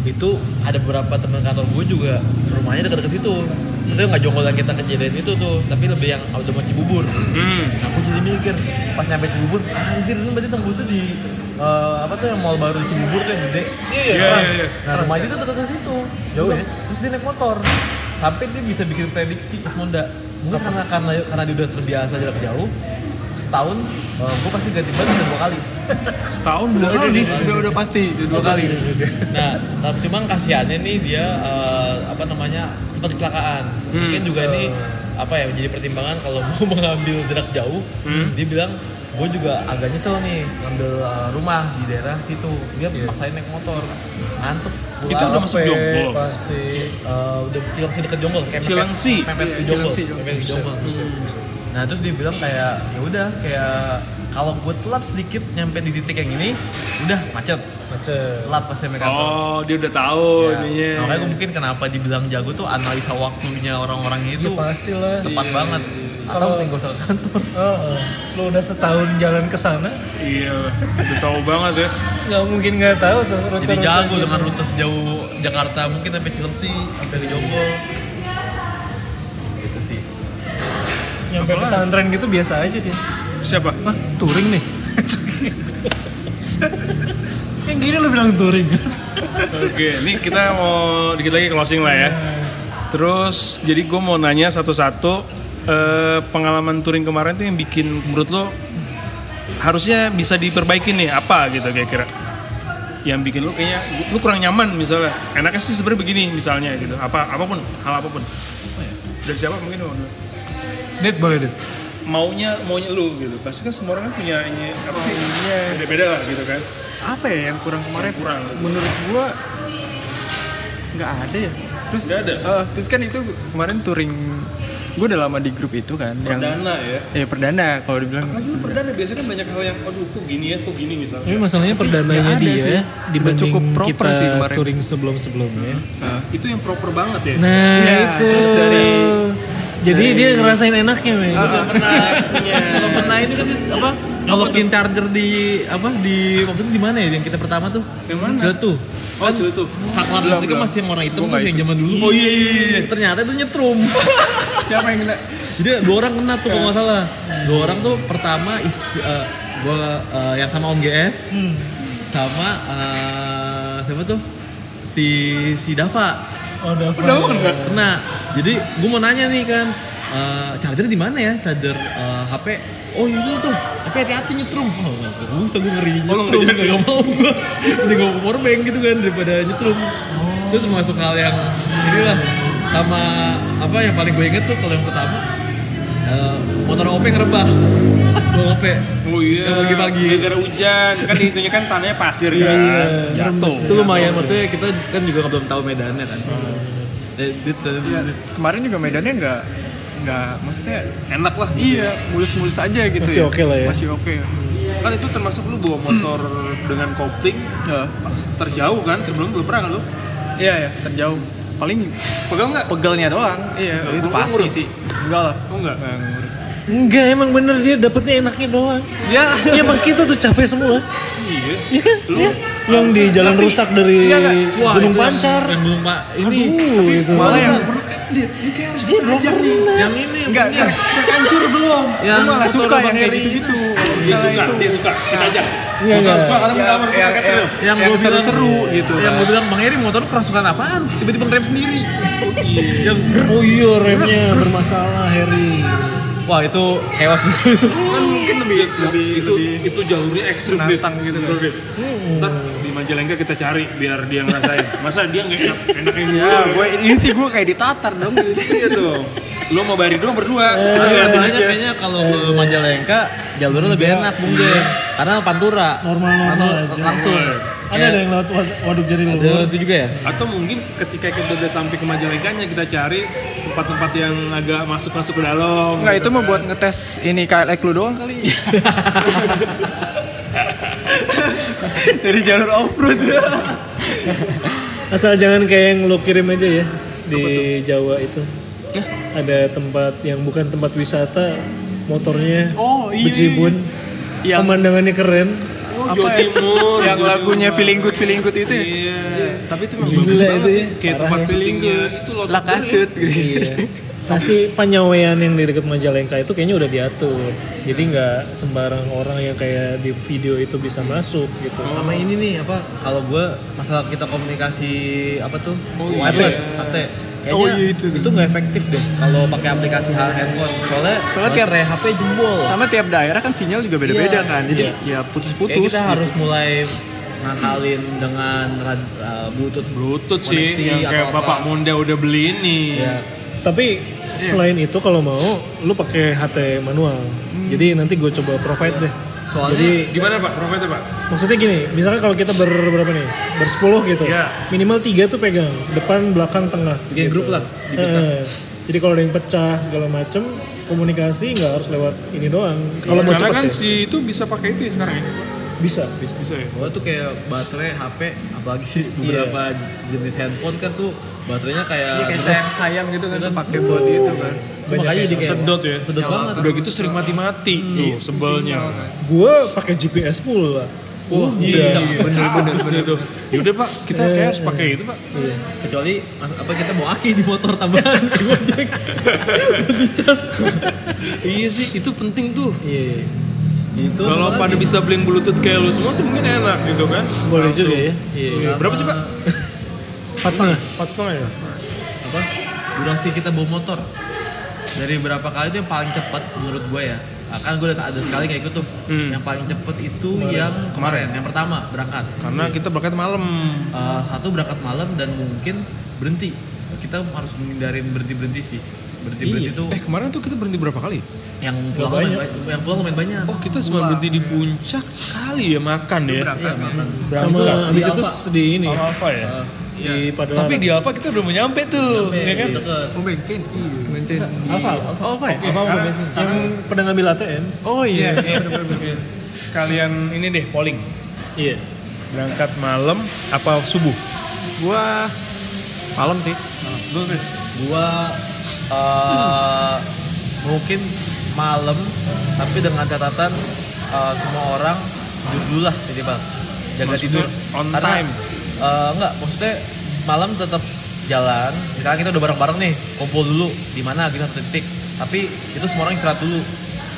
Speaker 2: itu ada beberapa teman kantor gue juga rumahnya dekat ke situ maksudnya nggak jonggol yang kita kejadian itu tuh tapi lebih yang auto mau Cibubur aku jadi mikir pas nyampe Cibubur anjir ini berarti tembusnya di eh, apa tuh yang mall baru Cibubur tuh yang gede
Speaker 1: Iya, iya, iya.
Speaker 2: Nah rumahnya itu dekat ke situ. Jauh ya. Terus dia naik motor. Sampai dia bisa bikin prediksi pas Monda. Mungkin karena karena karena dia udah terbiasa jarak jauh. Setahun eh, gue pasti ganti ban bisa dua kali.
Speaker 1: Setahun dua kali.
Speaker 4: udah udah pasti udah dua kali
Speaker 2: Nah, tapi cuman kasihannya nih dia eh, apa namanya sempat kecelakaan.
Speaker 1: Hmm.
Speaker 2: Mungkin juga ini apa ya menjadi pertimbangan kalau *laughs* mau mengambil jarak jauh.
Speaker 1: Hmm.
Speaker 2: Dia bilang gue juga agak nyesel nih ngambil eh, rumah di daerah situ. Dia paksain naik motor, ngantuk.
Speaker 1: Itu udah masuk jonggol.
Speaker 3: Pasti.
Speaker 2: Eh, udah Cilengsi deket Jonggol kayak mepet-
Speaker 1: Cilengsi.
Speaker 2: mepet ke Jonggol mepet ke Jonggol nah terus dia bilang kayak ya udah kayak kalau gue telat sedikit nyampe di titik yang ini udah macet
Speaker 3: Macet.
Speaker 2: telat pas sampai kantor
Speaker 1: Oh, dia udah tahu ininya.
Speaker 2: Nah, makanya gue mungkin kenapa dibilang jago tuh analisa waktunya orang-orangnya itu
Speaker 3: Itu pastilah.
Speaker 2: tepat banget atau
Speaker 3: Iya, Kalau-
Speaker 2: mending gak usah ke kantor
Speaker 3: Oh, oh. lu udah setahun jalan ke sana,
Speaker 1: Iya, udah tahu banget ya.
Speaker 3: nggak mungkin nggak tahu tuh. rute-rute
Speaker 2: jadi jago
Speaker 3: gitu.
Speaker 2: dengan rute sejauh Jakarta mungkin sampai Cilengsi sampai ke Jonggol gitu sih
Speaker 3: Nyampe pesantren gitu biasa aja dia.
Speaker 1: Siapa?
Speaker 3: Hah, touring nih. *laughs* yang gini lo bilang touring.
Speaker 1: Oke, ini kita mau dikit lagi closing lah ya. Terus jadi gue mau nanya satu-satu eh, pengalaman touring kemarin tuh yang bikin menurut lo harusnya bisa diperbaiki nih apa gitu kira-kira yang bikin lo kayaknya lu kurang nyaman misalnya enaknya sih sebenarnya begini misalnya gitu apa apapun hal apapun Oh iya, dari siapa mungkin mau dulu?
Speaker 3: Dit boleh dit.
Speaker 1: maunya maunya lu gitu pasti kan semua orang kan punya ini apa sih
Speaker 4: Iya.
Speaker 1: beda-beda lah gitu kan
Speaker 4: apa ya yang kurang kemarin
Speaker 1: Yang kurang.
Speaker 4: menurut gua nggak ada ya terus
Speaker 1: Nggak ada?
Speaker 4: Eh, terus kan itu kemarin touring gua udah lama di grup itu kan yang
Speaker 1: perdana ya
Speaker 4: ya perdana kalau dibilang
Speaker 1: Lagi lu perdana biasanya kan banyak hal yang aduh kok gini ya kok gini misalnya.
Speaker 3: Tapi masalahnya perdananya
Speaker 4: nggak ada
Speaker 3: dia
Speaker 4: sih. Udah
Speaker 3: dibanding
Speaker 4: cukup proper
Speaker 3: kita
Speaker 4: sih kemarin.
Speaker 3: touring sebelum-sebelumnya.
Speaker 1: Nah, Itu yang proper banget ya.
Speaker 3: Nah
Speaker 4: Iya,
Speaker 3: itu.
Speaker 4: terus dari-
Speaker 3: Jadi dia ngerasain enaknya men.
Speaker 2: pernah *laughs* punya belum pernah ini kan di- apa nolokin charger di apa di waktu itu di mana ya yang kita pertama tuh
Speaker 1: Yang mana?
Speaker 2: Jatuh
Speaker 1: Oh, itu tuh.
Speaker 2: saklar listriknya masih yang warna hitam
Speaker 4: Gua
Speaker 2: tuh
Speaker 4: nggak
Speaker 2: yang zaman dulu oh iya iya ternyata itu nyetrum *laughs*
Speaker 4: siapa yang kena
Speaker 2: jadi dua orang kena tuh kalau nggak salah dua orang tuh pertama is, eh, gua eh, yang sama Om GS sama eh, siapa tuh si si Dava
Speaker 3: Oh udah.
Speaker 2: kena. Jadi gue mau nanya nih kan, eh, charger di mana ya? Charger eh, HP. Oh itu tuh, tapi hati-hati nyetrum. Oh, gak usah gue ngeri nyetrum, gak, mau gue. Udah gak mau powerbank gitu kan daripada nyetrum. Itu termasuk hal yang inilah sama apa yang paling gue inget tuh kalau yang pertama eh, motor OP ngerebah Bang OP
Speaker 1: Oh iya.
Speaker 2: Yang pagi-pagi.
Speaker 1: Gara-gara hujan. Kan itunya kan tanahnya pasir kan. Jatuh.
Speaker 2: itu lumayan maksudnya kita kan juga belum tahu medannya kan Eh, dit, eh, dit.
Speaker 4: Kemarin juga medannya nggak nggak maksudnya
Speaker 1: Enak lah.
Speaker 4: iya mulus-mulus aja gitu
Speaker 3: Masih
Speaker 4: ya.
Speaker 3: oke lah ya.
Speaker 4: Masih oke.
Speaker 1: Kan itu termasuk lu bawa motor dengan kopling
Speaker 4: Ya.
Speaker 1: terjauh kan sebelum lu pernah kan lu?
Speaker 4: Iya ya, terjauh. Paling
Speaker 1: Pegang nggak?
Speaker 4: pegelnya doang. Iya, itu
Speaker 1: Lu
Speaker 4: pasti
Speaker 1: ngurut?
Speaker 4: sih. Enggak lah.
Speaker 1: Oh enggak.
Speaker 4: Nggak ngurut.
Speaker 6: Enggak, emang bener dia dapetnya enaknya
Speaker 3: *laughs*
Speaker 6: doang.
Speaker 4: Ya.
Speaker 3: Iya,
Speaker 6: Ya pas kita tuh capek semua.
Speaker 1: Iya.
Speaker 6: Ya kan? Ya. Yang di jalan rusak dari
Speaker 2: Wah,
Speaker 6: Gunung
Speaker 2: Oh, itu yang-
Speaker 6: Pancar.
Speaker 3: Nah,
Speaker 2: yang Gunung Pa- ini
Speaker 6: Aduh, itu.
Speaker 2: malah yang harus
Speaker 6: Dia belum pernah.
Speaker 2: yang ini yang
Speaker 4: Enggak,
Speaker 2: bener.
Speaker 4: hancur belum.
Speaker 2: Yang
Speaker 4: Yang malah
Speaker 2: motor
Speaker 4: suka
Speaker 2: Bang
Speaker 4: yang kayak
Speaker 2: Heri.
Speaker 4: gitu-gitu.
Speaker 1: Dia suka, dia suka. Kita ajak.
Speaker 6: Iya, iya.
Speaker 1: Karena kita mau
Speaker 4: yang-
Speaker 1: pakai trail.
Speaker 2: yang,
Speaker 4: Yang
Speaker 2: gue bilang
Speaker 4: seru-seru gitu
Speaker 2: yang
Speaker 4: kan.
Speaker 2: gue bilang bang Eri motor lu kerasukan apaan tiba-tiba ngerem sendiri yang
Speaker 6: Oh iya, remnya bermasalah, Harry.
Speaker 2: wah itu chaos
Speaker 1: Kan mungkin lebih lebih itu itu jalurnya ekstrim
Speaker 4: menantang
Speaker 1: Dit.
Speaker 4: gitu
Speaker 1: Betul, Dit. Ntar di Majalengka kita cari biar dia ngerasain. Masa dia nggak enak enak yang mulu.
Speaker 4: Ah, gue ini sih gue kayak ditatar dong.
Speaker 1: *laughs* Iya dong. Lu mau bari doang berdua. Kita liatin
Speaker 2: Masalahnya
Speaker 1: aja.
Speaker 2: Oh, iya, kayaknya kalau ke Majalengka jalurnya lebih enak mungkin karena Pantura
Speaker 3: Normal, normal
Speaker 2: Lalu
Speaker 3: aja.
Speaker 2: langsung Iya.
Speaker 3: Ada ada yang lewat wad- waduk jari lu.
Speaker 2: ada itu juga ya
Speaker 1: Atau mungkin ketika kita udah sampai ke Majalengkanya kita cari tempat-tempat yang agak masuk-masuk ke dalam.
Speaker 4: Enggak itu mau buat ngetes ini KLX lu doang *laughs* kali. Dari jalur off road.
Speaker 3: Asal jangan kayak yang lo kirim aja ya di Jawa itu. Ada tempat yang bukan tempat wisata, motornya
Speaker 4: Oh, iya,
Speaker 3: bejibun.
Speaker 4: iya. Yang-
Speaker 3: Pemandangannya keren.
Speaker 4: Apa ya? yang lagunya feeling good feeling good itu ya.
Speaker 1: Tapi itu memang
Speaker 3: Gila itu ya.
Speaker 1: Iya. kayak
Speaker 3: Parah
Speaker 1: tempat
Speaker 3: ya.
Speaker 1: syutingnya itu loh.
Speaker 4: La kasut gitu.
Speaker 3: Iya. Pasti Panyawean yang di dekat Majalengka itu kayaknya udah diatur. Jadi nggak sembarang orang yang kayak di video itu bisa masuk gitu.
Speaker 2: sama ini nih apa kalau gue masalah kita komunikasi apa tuh wireless AT kayaknya
Speaker 4: Oh, iya,
Speaker 2: Iya. itu nggak efektif deh kalau pakai aplikasi ha- handphone soalnya
Speaker 4: Soalnya tiap-
Speaker 2: baterai HP jebol
Speaker 4: Sama tiap daerah kan sinyal juga beda-beda
Speaker 2: Iya.
Speaker 4: kan. Jadi ya
Speaker 2: Kayak
Speaker 4: putus-putus.
Speaker 2: kita
Speaker 4: gitu.
Speaker 2: harus mulai ngakalin dengan rad, uh, bluetooth
Speaker 1: Bluetooth
Speaker 2: Koneksi
Speaker 1: sih yang
Speaker 2: atau
Speaker 1: kayak
Speaker 2: apa.
Speaker 1: Bapak Monda udah beli ini.
Speaker 2: ya
Speaker 4: Iya.
Speaker 3: Tapi selain itu kalau mau lu pakai HT manual. Jadi nanti gue coba provide deh.
Speaker 2: Soalnya-
Speaker 3: Jadi
Speaker 1: Gimana Pak? Profitnya Pak?
Speaker 3: maksudnya gini, misalnya kalau kita ber berapa nih? Bersepuluh gitu.
Speaker 1: Iya.
Speaker 3: Minimal tiga tuh pegang, depan, belakang, tengah.
Speaker 2: bikin grup lah di
Speaker 3: Eh, jadi kalau ada yang pecah segala macem, komunikasi nggak harus lewat ini doang. Kalau mau
Speaker 1: Karena
Speaker 3: cepet
Speaker 1: kan
Speaker 3: ya,
Speaker 1: si itu bisa pakai itu ya sekarang ya.
Speaker 3: bisa, bisa.
Speaker 1: Bisa ya.
Speaker 2: Soalnya tuh kayak baterai HP, apalagi
Speaker 1: Iya.
Speaker 2: beberapa jenis handphone kan tuh baterainya kayak, terus
Speaker 4: Iya, sayang gitu kan pakai buat itu kan.
Speaker 2: Tuh makanya jadi kayak
Speaker 1: Sedot ya.
Speaker 2: sedot banget.
Speaker 1: Udah gitu sering mati-mati tuh sebelnya. Iya,
Speaker 3: Gue pakai GPS pula. Wah,
Speaker 1: bener bener tuh. Yaudah Pak, kita kayak harus pakai itu Pak.
Speaker 2: Kecuali mas- apa kita bawa aki di motor
Speaker 1: *laughs*
Speaker 2: tambahan kayak Gojek. Beli cas.
Speaker 1: Iya sih, itu penting tuh.
Speaker 3: Iya,
Speaker 2: Gitu.
Speaker 1: Kalau pada bisa bling bluetooth kayak lu semua sih mungkin enak gitu kan.
Speaker 3: boleh
Speaker 1: Langsung.
Speaker 3: juga ya. Iya.
Speaker 1: Iya. Berapa sih Pak?
Speaker 3: Empat setengah, empat setengah ya.
Speaker 2: apa? Durasi kita bawa motor. Dari berapa kali tuh yang paling cepat menurut gue ya? Akan gue ada sekali kayak ikut tuh. Yang paling cepet itu yang Hmm. kemarin, yang pertama berangkat.
Speaker 1: Karena kita berangkat malam.
Speaker 2: Eh, satu berangkat malam dan mungkin berhenti kita harus menghindarin berhenti berhenti sih berhenti berhenti tuh
Speaker 1: Eh kemarin tuh kita berhenti berapa kali?
Speaker 2: yang pulang lumayan Iya. banyak. yang pulang lumayan banyak
Speaker 1: Oh kita cuma berhenti di puncak sekali ya makan ya.
Speaker 2: Iya, makan.
Speaker 3: Sama habis itu di ini ya,
Speaker 1: Alfa ya.
Speaker 3: di Padang.
Speaker 1: Tapi di Alfa kita belum nyampe tuh.
Speaker 2: Iya,
Speaker 1: Ya kan?
Speaker 2: deket.
Speaker 4: Oh bensin. Iya, bensin.
Speaker 3: Alfa, Alfa, Alfa ya? Alfa bukan
Speaker 1: sekarang-
Speaker 3: Bensin. yang pernah ngambil ATM.
Speaker 4: Oh iya.
Speaker 1: Sekalian ini deh polling.
Speaker 3: Iya.
Speaker 1: Berangkat malam apa subuh?
Speaker 4: Gua malam sih.
Speaker 2: gua eh, mungkin malam tapi dengan catatan eh, semua orang tidur dulu lah minimal jaga
Speaker 1: Maksudnya
Speaker 2: tidur
Speaker 1: on
Speaker 2: Karena,
Speaker 1: time?
Speaker 2: eh, enggak maksudnya malam tetap jalan misalnya kita udah bareng-bareng nih kumpul dulu di mana kita satu titik tapi itu semua orang istirahat dulu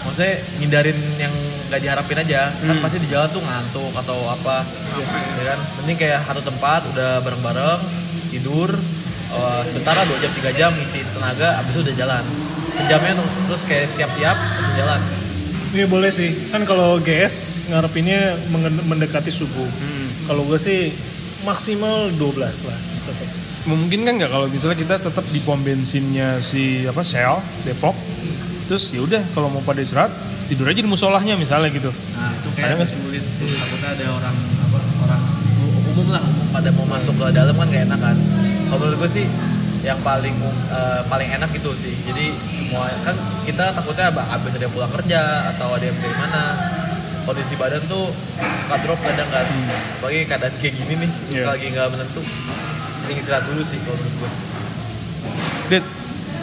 Speaker 2: maksudnya ngindarin yang nggak diharapin aja kan pasti di jalan tuh ngantuk atau apa ya kan penting kayak satu tempat udah bareng-bareng tidur eh, sebentar lah dua jam tiga jam isi tenaga abis itu udah jalan sejamnya tuh terus kayak siap-siap terus jalan
Speaker 3: Iya boleh sih. Kan kalau GS ngarepinnya Hmm. menge- mendekati subuh. Kalau gue sih maksimal 12 lah. Gitu. tetep.
Speaker 1: memungkinkan nggak kalau misalnya kita tetap di pom bensinnya si apa Shell Depok terus ya udah kalau mau pada istirahat tidur aja di musolahnya misalnya gitu
Speaker 2: Nah, itu
Speaker 1: Ada
Speaker 2: kayak
Speaker 1: nggak sih?
Speaker 2: sulit tuh. Takutnya ada orang apa orang umum lah pada mau masuk ke dalam kan gak enak kan. Kalau menurut gue sih yang paling eh, paling enak itu sih. Jadi semua kan kita takutnya ab- abis ada yang pulang kerja atau ada yang dari mana. Kondisi badan tuh suka drop kadang kan. Bagi keadaan kayak gini nih,
Speaker 1: Hmm. Iya.
Speaker 2: lagi nggak menentu. Mending istirahat dulu sih kalau menurut gue.
Speaker 1: Dit,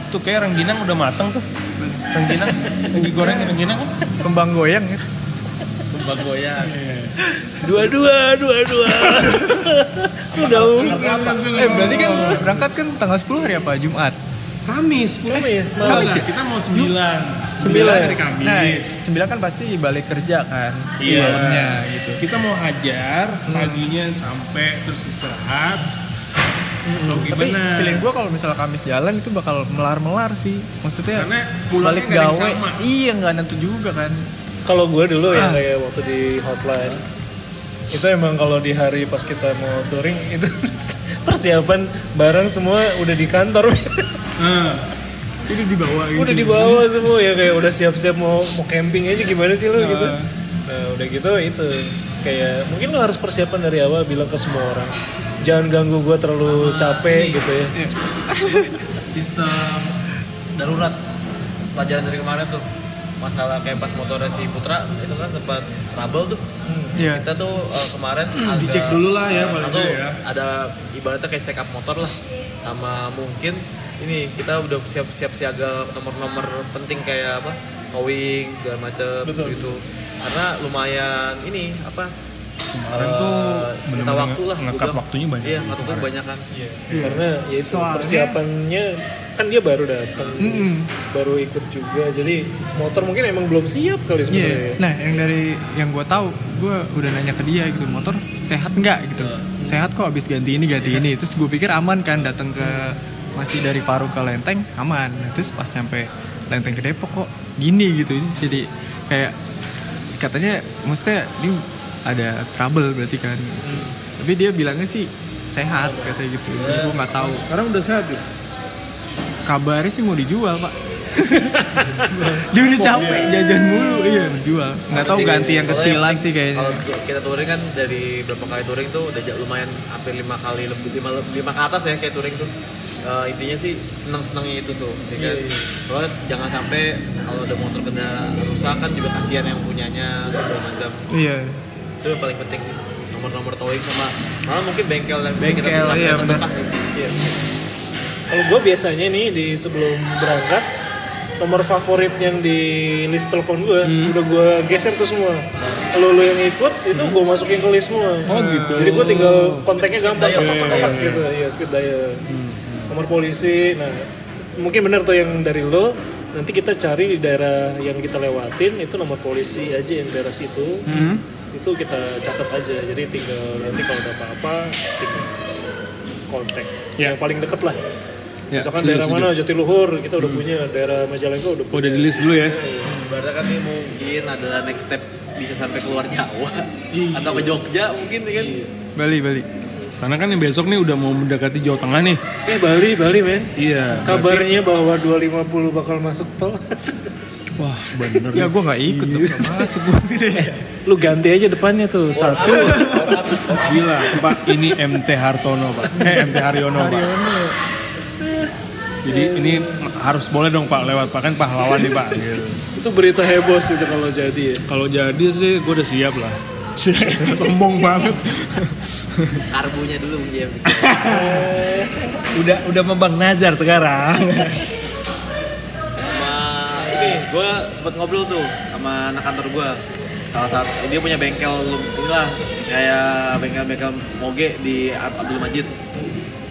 Speaker 1: tuh kayak rengginang udah mateng tuh rengginang yang digoreng rengginang kan
Speaker 4: Kembang goyang ya.
Speaker 2: Kembang
Speaker 1: ya,
Speaker 2: goyang.
Speaker 5: Dua-dua, dua-dua. Lu udah
Speaker 4: Eh berarti kan berangkat kan tanggal 10 hari apa? Jumat.
Speaker 1: Kamis pulang
Speaker 5: Kamis malam.
Speaker 1: Kamis ya? kita mau sembilan
Speaker 5: Sembilan.
Speaker 1: hari Kamis
Speaker 4: Nah, 9 kan pasti balik kerja kan.
Speaker 1: Iya.
Speaker 4: malamnya gitu.
Speaker 1: kita mau hajar paginya sampai terus istirahat atau
Speaker 4: Hmm. Tapi
Speaker 1: gimana
Speaker 4: feeling gua kalau misal Kamis jalan itu bakal melar-melar sih. Maksudnya
Speaker 1: Karena pulangnya
Speaker 4: balik
Speaker 1: nggak ada yang
Speaker 4: gawe.
Speaker 1: sama.
Speaker 4: Iya, nggak nentu juga kan.
Speaker 3: Kalau gue dulu ya kayak waktu di hotline itu emang kalau di hari pas kita mau touring itu *laughs* persiapan barang semua udah di kantor *laughs*
Speaker 1: Ah,
Speaker 4: Itu dibawa gitu.
Speaker 3: udah dibawa semua ya kayak udah siap-siap mau mau camping aja gimana sih lu gitu nah udah gitu itu kayak mungkin lo harus persiapan dari awal bilang ke semua orang jangan ganggu gue terlalu capek gitu ya
Speaker 2: sistem darurat pelajaran dari kemarin tuh masalah kayak pas motornya si Putra itu kan sempat trouble tuh
Speaker 4: Iya.
Speaker 2: kita tuh eh, kemarin agak,
Speaker 1: Hmm. dicek dulu lah ya,
Speaker 2: eh,
Speaker 1: paling
Speaker 2: atau
Speaker 1: nggak ya.
Speaker 2: ada ibaratnya kayak check up motor lah sama mungkin ini kita udah siap-siap siaga nomor-nomor penting kayak apa towing segala macem gitu karena lumayan ini apa
Speaker 1: kemarin
Speaker 2: eh,
Speaker 1: tuh
Speaker 2: minta
Speaker 1: bener-bener
Speaker 2: waktu lah,
Speaker 1: ngekat
Speaker 2: gua bilang.
Speaker 1: waktunya banyak
Speaker 2: iya waktu kan banyak kan
Speaker 3: karena ya itu persiapannya kan dia baru datang baru ikut juga jadi motor mungkin emang belum siap kali
Speaker 4: Iya.
Speaker 3: sebenarnya ya.
Speaker 4: Nah, yang dari yang gua tahu, gua udah nanya ke dia gitu, motor sehat nggak gitu. Sehat kok abis ganti ini ganti ini. Terus gue pikir aman kan datang ke masih dari Paru ke Lenteng aman. Nah, terus pas nyampe Lenteng ke Depok kok gini gitu. Terus Jadi kayak katanya maksudnya ini ada trouble berarti kan. gitu. Tapi dia bilangnya sih sehat katanya gitu. Jadi gua nggak tahu.
Speaker 1: sekarang udah sehat ya
Speaker 4: Kabarnya sih mau dijual, *laughs* Pak. dia udah capek jajan mulu, iya dijual. Nggak tahu ganti yang
Speaker 2: Soalnya
Speaker 4: kecilan
Speaker 2: penting
Speaker 4: sih kayaknya.
Speaker 2: Kalau ki- kita touring kan dari berapa kali touring tuh udah ja- lumayan hampir lima kali lebih lima, lima ke atas ya kayak touring tuh. Eh, intinya sih seneng senengnya itu tuh, ya
Speaker 4: Iya,
Speaker 2: kan? Soalnya jangan sampai kalau ada motor kena rusak kan juga kasihan yang punyanya segala macam.
Speaker 4: Iya.
Speaker 2: Itu yang paling penting sih nomor-nomor towing sama malah mungkin bengkel yang
Speaker 4: Bengkel,
Speaker 2: bisa kita
Speaker 4: iya,
Speaker 2: tetapkan
Speaker 4: benar.
Speaker 2: terbekas sih.
Speaker 3: Kalau gue biasanya nih di sebelum berangkat nomor favorit yang di list telepon gue udah gue geser tuh semua. Kalau lo yang ikut itu gue masukin ke list semua. Hmm. Oh gitu. Jadi gue tinggal kontaknya gampang
Speaker 2: dial.
Speaker 3: tok, tok, tok, tok, gitu. Iya speed dial. Nomor polisi. Nah mungkin bener tuh yang dari lo nanti kita cari di daerah yang kita lewatin itu nomor polisi aja yang daerah situ itu kita catat aja jadi tinggal nanti kalau ada apa-apa tinggal kontak yang paling deket lah
Speaker 1: Ya,
Speaker 3: misalkan
Speaker 1: setuju,
Speaker 3: daerah mana Jatiluhur kita udah punya daerah Majalengka udah punya
Speaker 1: udah di list dulu ya
Speaker 2: Berarti kan ini mungkin adalah next step bisa sampai keluar Jawa
Speaker 4: Iya.
Speaker 2: atau ke Jogja mungkin ya kan.
Speaker 4: Bali, Bali.
Speaker 1: karena kan yang besok nih udah mau mendekati Jawa Tengah nih
Speaker 3: eh Bali Bali men
Speaker 1: iya
Speaker 3: kabarnya bahwa 250 bakal masuk tol *laughs*
Speaker 1: wah bener
Speaker 4: Ya gua nggak ikut dong, nggak masuk *laughs* gua.
Speaker 3: lu ganti aja depannya tuh satu
Speaker 1: Gila, Pak, ini MT Hartono, Pak. Eh, MT Haryono, Pak. Jadi ini harus boleh dong Pak lewat Pak kan pahlawan nih Pak. Gitu.
Speaker 3: *laughs* itu berita heboh sih itu kalau jadi ya
Speaker 1: Kalau jadi sih gue udah siap *laughs* lah. Sombong banget.
Speaker 2: Karbunya dulu mungkin ya.
Speaker 1: Udah udah sama Bang Nazar sekarang.
Speaker 2: sama ini gue sempet ngobrol tuh sama anak kantor gue salah satu dia punya bengkel inilah kayak bengkel-bengkel moge di Abdul Majid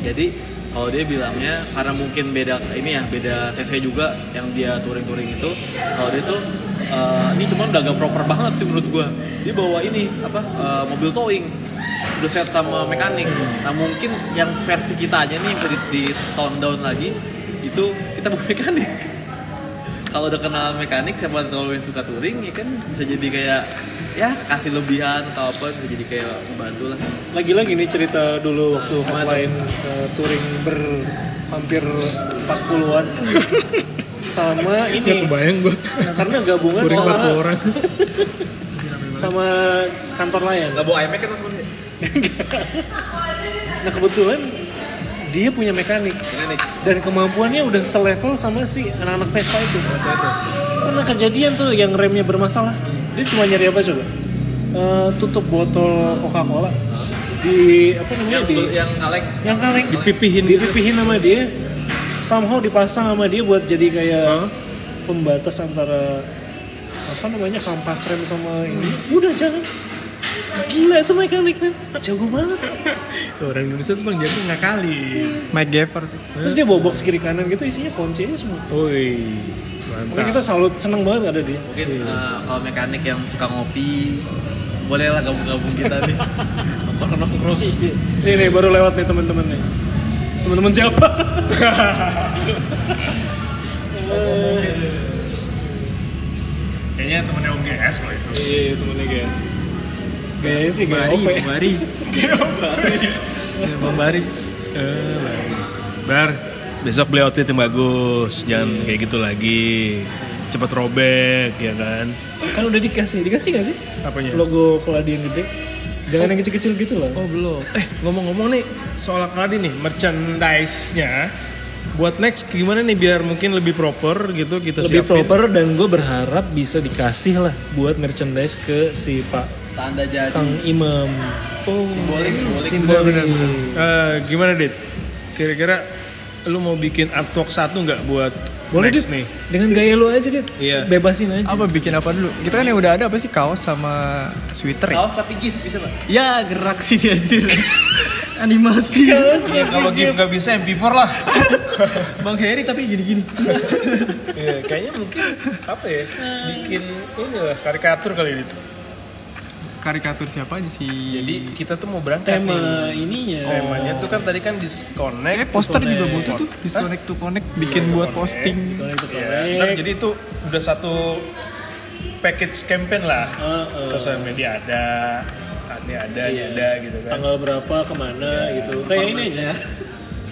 Speaker 2: jadi kalau dia bilangnya karena mungkin beda ini ya beda CC juga yang dia touring-touring itu kalau dia tuh eh, ini cuman udah agak proper banget sih menurut gua dia bawa ini apa eh, mobil towing udah set sama mekanik nah mungkin yang versi kita aja nih yang bisa di, di tone down lagi itu kita bawa mekanik kalau udah kenal mekanik siapa tahu yang suka touring ya kan bisa jadi kayak ya kasih lebihan atau apa bisa jadi kayak bantu lah
Speaker 3: Lagi-lagi nih cerita dulu waktu main eh, touring ber hampir
Speaker 1: *laughs*
Speaker 3: 40-an sama ini
Speaker 1: kebayang gue
Speaker 3: karena gabungan
Speaker 1: touring
Speaker 3: sama
Speaker 1: satu orang
Speaker 3: *laughs* sama kantor lain.
Speaker 2: nggak bawa iMac kan langsung
Speaker 3: Nah kebetulan dia punya mekanik
Speaker 2: mekanik
Speaker 3: dan kemampuannya udah selevel sama si anak-anak Vespa itu. Pernah kejadian tuh yang remnya bermasalah. Dia cuma nyari apa coba? Eh, tutup botol Coca-Cola di apa namanya
Speaker 2: yang
Speaker 3: di
Speaker 2: yang kaleng
Speaker 3: yang kaleng
Speaker 1: dipipihin
Speaker 3: dipipihin sama dia somehow dipasang sama dia buat jadi kayak pembatas antara apa namanya kampas rem sama ini udah jangan gila itu mekanik men jago banget
Speaker 1: orang Indonesia tuh bang jago nggak kali
Speaker 4: Mike Gaffer
Speaker 3: terus dia bawa box kiri kanan gitu isinya kuncinya semua
Speaker 1: woi
Speaker 3: Makanya
Speaker 1: mantap
Speaker 3: kita salut seneng banget ada dia
Speaker 2: mungkin eh, kalau mekanik yang suka ngopi bolehlah gabung-gabung kita *laughs* nih nongkrong-nongkrong
Speaker 3: Iya. ini nih baru lewat nih teman-teman nih teman-teman siapa
Speaker 1: kayaknya temennya Om GS loh itu
Speaker 3: iya temennya guys gayanya sih gaya OP *laughs*
Speaker 1: Bari
Speaker 4: ya, Bang Bari
Speaker 1: Bar besok beli outfit yang bagus jangan kayak gitu lagi cepet robek ya kan
Speaker 3: kan udah dikasih dikasih gak sih
Speaker 1: apanya
Speaker 3: logo keladian gede jangan yang kecil-kecil gitu lah
Speaker 1: Oh belum. Eh ngomong-ngomong nih soal Akradi nih merchandise-nya buat next gimana nih biar mungkin lebih proper gitu kita
Speaker 3: lebih
Speaker 1: siapin.
Speaker 3: proper dan gue berharap bisa dikasih lah buat merchandise ke si Pak
Speaker 2: tanda jadi
Speaker 3: Kang Imam. Oh,
Speaker 2: simbolik simbolik
Speaker 3: simbol
Speaker 1: Eh, gimana dit? Kira-kira lu mau bikin artwork satu nggak buat
Speaker 3: Boleh dit,
Speaker 1: next nih?
Speaker 3: dengan gaya lu aja dit,
Speaker 1: Iya.
Speaker 3: bebasin aja.
Speaker 4: apa bikin apa dulu kita kan yang udah ada apa sih kaos sama sweater ya
Speaker 2: kaos tapi gift bisa pak
Speaker 4: ya gerak sih anjir *laughs* animasi
Speaker 3: Iya,
Speaker 2: ya kalau gift nggak bisa MP4 lah
Speaker 4: Bang Heri tapi gini-gini
Speaker 1: *laughs* Iya, kayaknya mungkin apa ya? Bikin ini lah karikatur kali dit.
Speaker 4: karikatur siapa aja sih
Speaker 1: Jadi kita tuh mau berangkat nih.
Speaker 3: Tema ininya.
Speaker 1: Temanya tuh kan tadi kan disconnect.
Speaker 4: Kayak Eh, poster juga butuh tuh disconnect to connect bikin buat posting
Speaker 1: Iya, ntar jadi itu udah satu package campaign lah. Sosial media ada, ini ada, ini ada gitu kan.
Speaker 3: Tanggal berapa kemana gitu. Kayak ini aja.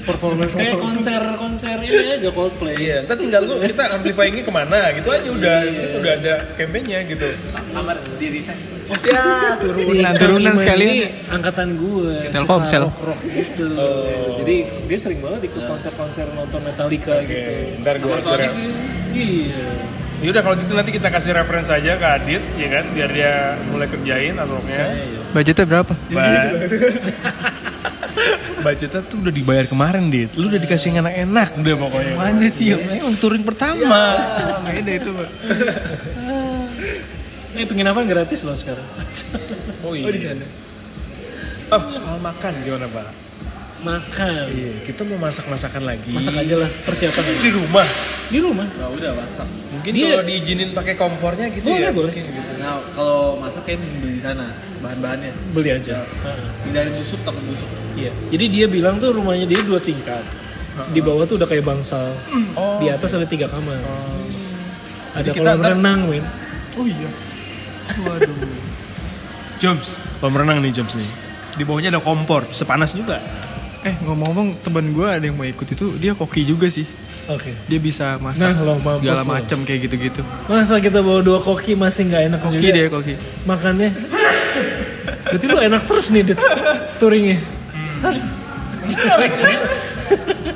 Speaker 3: Performance kayak konser-konser ini aja Coldplay.
Speaker 1: Iya, ntar tinggal lu *laughs* kita amplifyingnya kemana gitu aja udah itu udah ada campaignnya gitu.
Speaker 2: kamar diri saya
Speaker 4: turunan
Speaker 3: Kang
Speaker 4: turunan
Speaker 3: Iman
Speaker 4: sekalian
Speaker 3: ini angkatan gue
Speaker 4: Telkomsel.
Speaker 3: rock gitu jadi dia sering banget ikut konser-konser nonton Metallica gitu
Speaker 1: Oke, ntar gua kasih
Speaker 2: soalnya
Speaker 1: ref-
Speaker 3: iya
Speaker 1: Ya udah kalau gitu nanti kita kasih referensi aja ke Adit ya kan biar dia mulai kerjain artworknya.
Speaker 4: budgetnya berapa
Speaker 1: Ba- Iya, Budgetnya tuh udah dibayar kemarin, Dit. Lu udah dikasih yang enak-enak udah pokoknya.
Speaker 4: mana sih yang Iya,
Speaker 1: Ini touring pertama.
Speaker 4: beda itu Pak.
Speaker 3: eh penginapan gratis loh
Speaker 1: *laughs*
Speaker 3: sekarang
Speaker 1: Oh iya. Oh, di sana. Oh, soal makan gimana, Pak?
Speaker 3: makan
Speaker 1: Iya, kita mau masak-masakan lagi.
Speaker 3: masak aja lah persiapan aja.
Speaker 1: di rumah.
Speaker 3: di rumah
Speaker 2: nah, udah masak
Speaker 1: Mungkin
Speaker 3: Dia-
Speaker 1: kalau diizinin pakai kompornya gitu
Speaker 3: boleh
Speaker 1: ya.
Speaker 3: boleh
Speaker 2: nah kalau masak kayak beli di sana bahan-bahannya
Speaker 3: beli
Speaker 1: Ah.
Speaker 3: aja Heeh.
Speaker 2: hindari busuk takut busuk
Speaker 3: iya jadi dia bilang tuh rumahnya dia dua tingkat
Speaker 1: Ah.
Speaker 3: di bawah tuh udah kayak bangsal di atas ada tiga kamar ada
Speaker 1: Oh. kita
Speaker 3: kolam
Speaker 1: ntar-
Speaker 3: renang win
Speaker 1: Oh, iya. Joms, kolam renang nih Joms nih. Di bawahnya ada kompor, sepanas juga.
Speaker 4: eh ngomong-ngomong teman gue ada yang mau ikut itu dia koki juga sih
Speaker 3: oke
Speaker 4: dia bisa masak
Speaker 3: Nah, lo mampus
Speaker 4: segala
Speaker 3: lo.
Speaker 4: macam kayak gitu-gitu
Speaker 3: masa kita bawa dua koki masih nggak enak
Speaker 4: koki
Speaker 3: juga
Speaker 4: dia koki
Speaker 3: makannya berarti lu enak terus nih Dit, touringnya
Speaker 2: *laughs*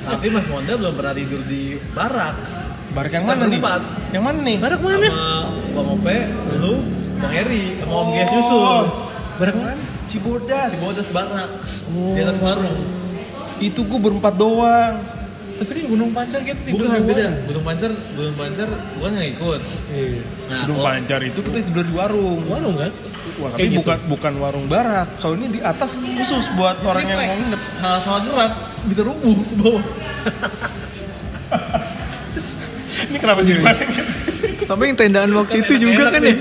Speaker 2: tapi Mas Monda belum pernah tidur di barak
Speaker 1: Bar yang
Speaker 2: mana nih?
Speaker 1: Yang mana nih?
Speaker 3: barak mana
Speaker 2: sama Kan eh, Bang Ope lu Bang Eri sama Om Gias Yusuf
Speaker 3: barak mana
Speaker 1: Cibodas.
Speaker 2: di atas barak di atas warung
Speaker 1: Itu gue berempat doang.
Speaker 3: tapi di gunung pancar kita tidur
Speaker 2: bukan
Speaker 3: di
Speaker 2: beda
Speaker 3: bawah.
Speaker 2: Gunung Pancar Gunung Pancar bukan nggak ikut
Speaker 3: Iya.
Speaker 2: nah
Speaker 1: Gunung
Speaker 2: kalau-
Speaker 1: Pancar itu kita tidur di warung.
Speaker 3: warung kan
Speaker 1: oh.
Speaker 3: *laughs*
Speaker 1: Wah, tapi
Speaker 3: Kayak gitu.
Speaker 1: bukan bukan warung barat. Kalau ini di atas khusus buat orang yang mau nginep.
Speaker 2: salah-salah gerak bisa rubuh ke bawah
Speaker 1: Ini kenapa jadi bahasa gitu? *laughs*
Speaker 4: sama yang tendaan waktu itu juga kan ya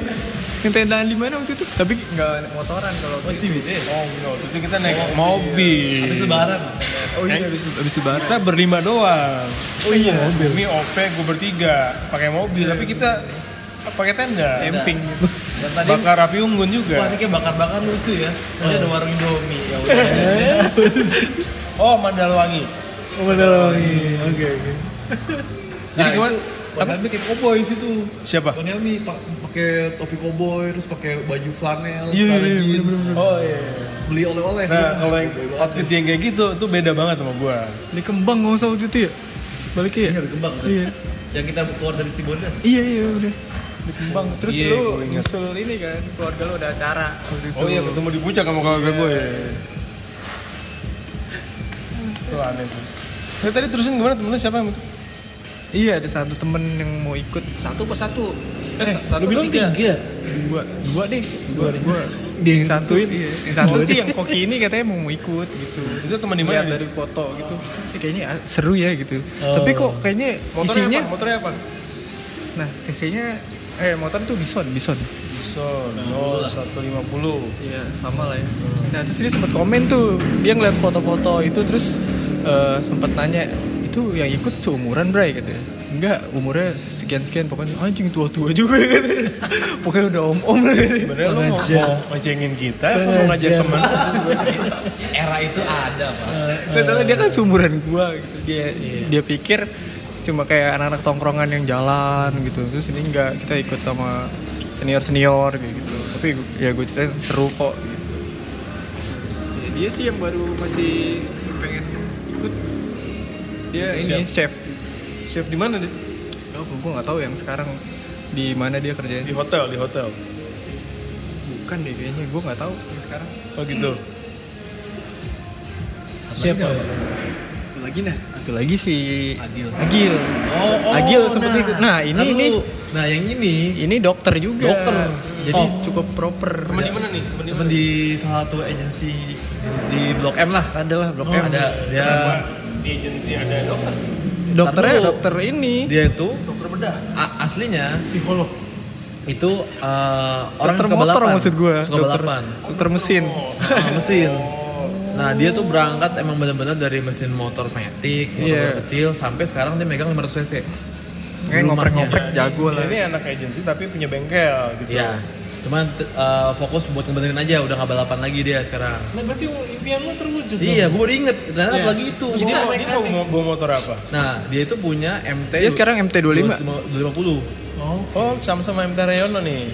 Speaker 4: yang tendaan di mana waktu itu tapi nggak motoran kalau oh Cibide oh no
Speaker 1: Itu kita naik mobil.
Speaker 2: Habis lebaran.
Speaker 4: oh iya
Speaker 1: Eh?
Speaker 4: habis habis lebaran
Speaker 1: Kita berlima doang. Oh iya. Ini OP gue bertiga pakai mobil, tapi kita pakai tenda.
Speaker 4: camping
Speaker 2: Dan tadi
Speaker 1: Bakar api unggun
Speaker 2: wah
Speaker 1: juga.
Speaker 2: ini kayak bakar-bakar lucu ya. Oh, ada warung Indomie. Ya udah.
Speaker 1: Oh, Mandalwangi.
Speaker 3: Oh, bener Oke, oke.
Speaker 1: Jadi gimana? Apa?
Speaker 2: Tapi kayak cowboy situ.
Speaker 1: Siapa?
Speaker 2: Konyami pakai topi cowboy terus pakai baju flanel,
Speaker 4: Iya,
Speaker 2: celana
Speaker 4: iya, iya,
Speaker 2: jeans,
Speaker 1: Oh iya.
Speaker 2: beli oleh-oleh.
Speaker 1: Nah, kalau yang outfit yang kayak gitu itu beda banget sama gua.
Speaker 4: di kembang nggak usah waktu itu ya baliknya ya
Speaker 2: Ini ada kembang kan?
Speaker 4: Iya.
Speaker 2: Yang kita keluar dari Cibodas.
Speaker 4: iya iya udah di kembang terus
Speaker 1: Iya,
Speaker 4: lu
Speaker 1: gua ingat.
Speaker 4: nyusul ini kan keluarga lu ada acara waktu itu
Speaker 1: Oh iya, ketemu di puncak sama kakak gue. ya. Itu aneh sih. Eh, Nah, tadi terusin gimana temennya siapa yang
Speaker 4: iya ada satu temen yang mau ikut
Speaker 2: Satu per satu.
Speaker 1: Eh,
Speaker 5: Lu bilang tiga.
Speaker 4: dua dua deh dua dua dia yang satuin yang satu sih yang koki ini katanya mau ikut gitu
Speaker 1: Itu teman di
Speaker 4: Lihat
Speaker 1: mana?
Speaker 4: dari foto gitu "Eh, kayaknya ah, seru ya gitu tapi kok kayaknya
Speaker 1: Motornya
Speaker 4: isinya
Speaker 1: apa? Motornya apa?
Speaker 4: nah cc-nya eh motor tuh bison bison
Speaker 1: Bison, oh, 150.
Speaker 4: Iya, sama lah ya. Nah, terus dia sempat komen tuh, dia ngeliat foto-foto itu terus eh, sempat nanya, itu yang ikut seumuran Bray katanya. Enggak, umurnya sekian-sekian pokoknya anjing tua-tua juga *laughs* katanya. Pokoknya udah om-om lah katanya.
Speaker 1: Sebenarnya lu mau,
Speaker 3: Pengajar.
Speaker 1: mau ngejengin kita apa mau ngajak
Speaker 3: Pengajar.
Speaker 1: teman?
Speaker 2: Era itu ada, Pak.
Speaker 4: Nah, soalnya dia kan seumuran gua gitu. Dia dia pikir cuma kayak anak-anak tongkrongan yang jalan gitu. Terus ini enggak, kita ikut sama senior-senior kayak gitu. Tapi gu- ya gue cerita seru kok gitu. Ya, dia sih yang baru masih pengen ikut. Dia ini chef.
Speaker 1: Chef di mana? Dit?
Speaker 4: Oh, gue nggak tahu yang sekarang di mana dia
Speaker 1: *laughs* Di
Speaker 4: kerjanya.
Speaker 1: hotel, di hotel.
Speaker 4: Eh, Bukan deh kayaknya, gue nggak tahu yang sekarang.
Speaker 1: Oh gitu.
Speaker 3: Siapa?
Speaker 4: Satu lagi nah, satu lagi si
Speaker 2: Agil.
Speaker 4: Agil.
Speaker 2: Oh, oh,
Speaker 4: Agil sempet ikut. Nah, ini
Speaker 2: Ntar
Speaker 4: ini
Speaker 2: lu. Nah, yang ini
Speaker 4: Ini dokter juga.
Speaker 2: Dokter.
Speaker 4: Jadi
Speaker 2: Oh.
Speaker 4: cukup proper.
Speaker 1: Teman di mana nih? Teman di
Speaker 2: temen
Speaker 1: mana?
Speaker 2: di salah satu agensi di Blok M lah.
Speaker 4: Ada lah blok M.
Speaker 2: Ada ya
Speaker 1: Di agensi ada dokter.
Speaker 4: Dokternya
Speaker 2: Ntar dulu.
Speaker 4: dokter ini.
Speaker 2: dia itu
Speaker 1: Dokter bedah.
Speaker 2: a- aslinya
Speaker 3: Psikolog.
Speaker 2: itu eh, orang
Speaker 4: dokter
Speaker 2: suka
Speaker 4: motor
Speaker 2: balapan.
Speaker 4: maksud gue.
Speaker 2: Suka
Speaker 4: dokter,
Speaker 2: balapan.
Speaker 4: dokter
Speaker 2: *laughs*
Speaker 4: mesin.
Speaker 2: Nah, mesin. Nah, dia tuh berangkat emang benar-benar dari mesin motor metik, motor
Speaker 4: Iya.
Speaker 2: kecil sampai sekarang dia megang 500 cc.
Speaker 4: Kayak ngoprek-ngoprek
Speaker 2: ya.
Speaker 4: jago lah.
Speaker 1: Nah, Ini anak agensi tapi punya bengkel gitu.
Speaker 2: Iya. Cuman t- eh, fokus buat ngebenerin aja udah nggak balapan lagi dia sekarang.
Speaker 3: Nah, berarti impian lu terwujud
Speaker 2: Iya, gue baru inget. Ternyata lagi itu.
Speaker 1: Terus dia mau, dia mau mau bawa motor apa?
Speaker 2: Nah, dia itu punya MT.
Speaker 4: Dia sekarang MT25.
Speaker 2: 250.
Speaker 1: Oh, sama-sama MT Rayono nih.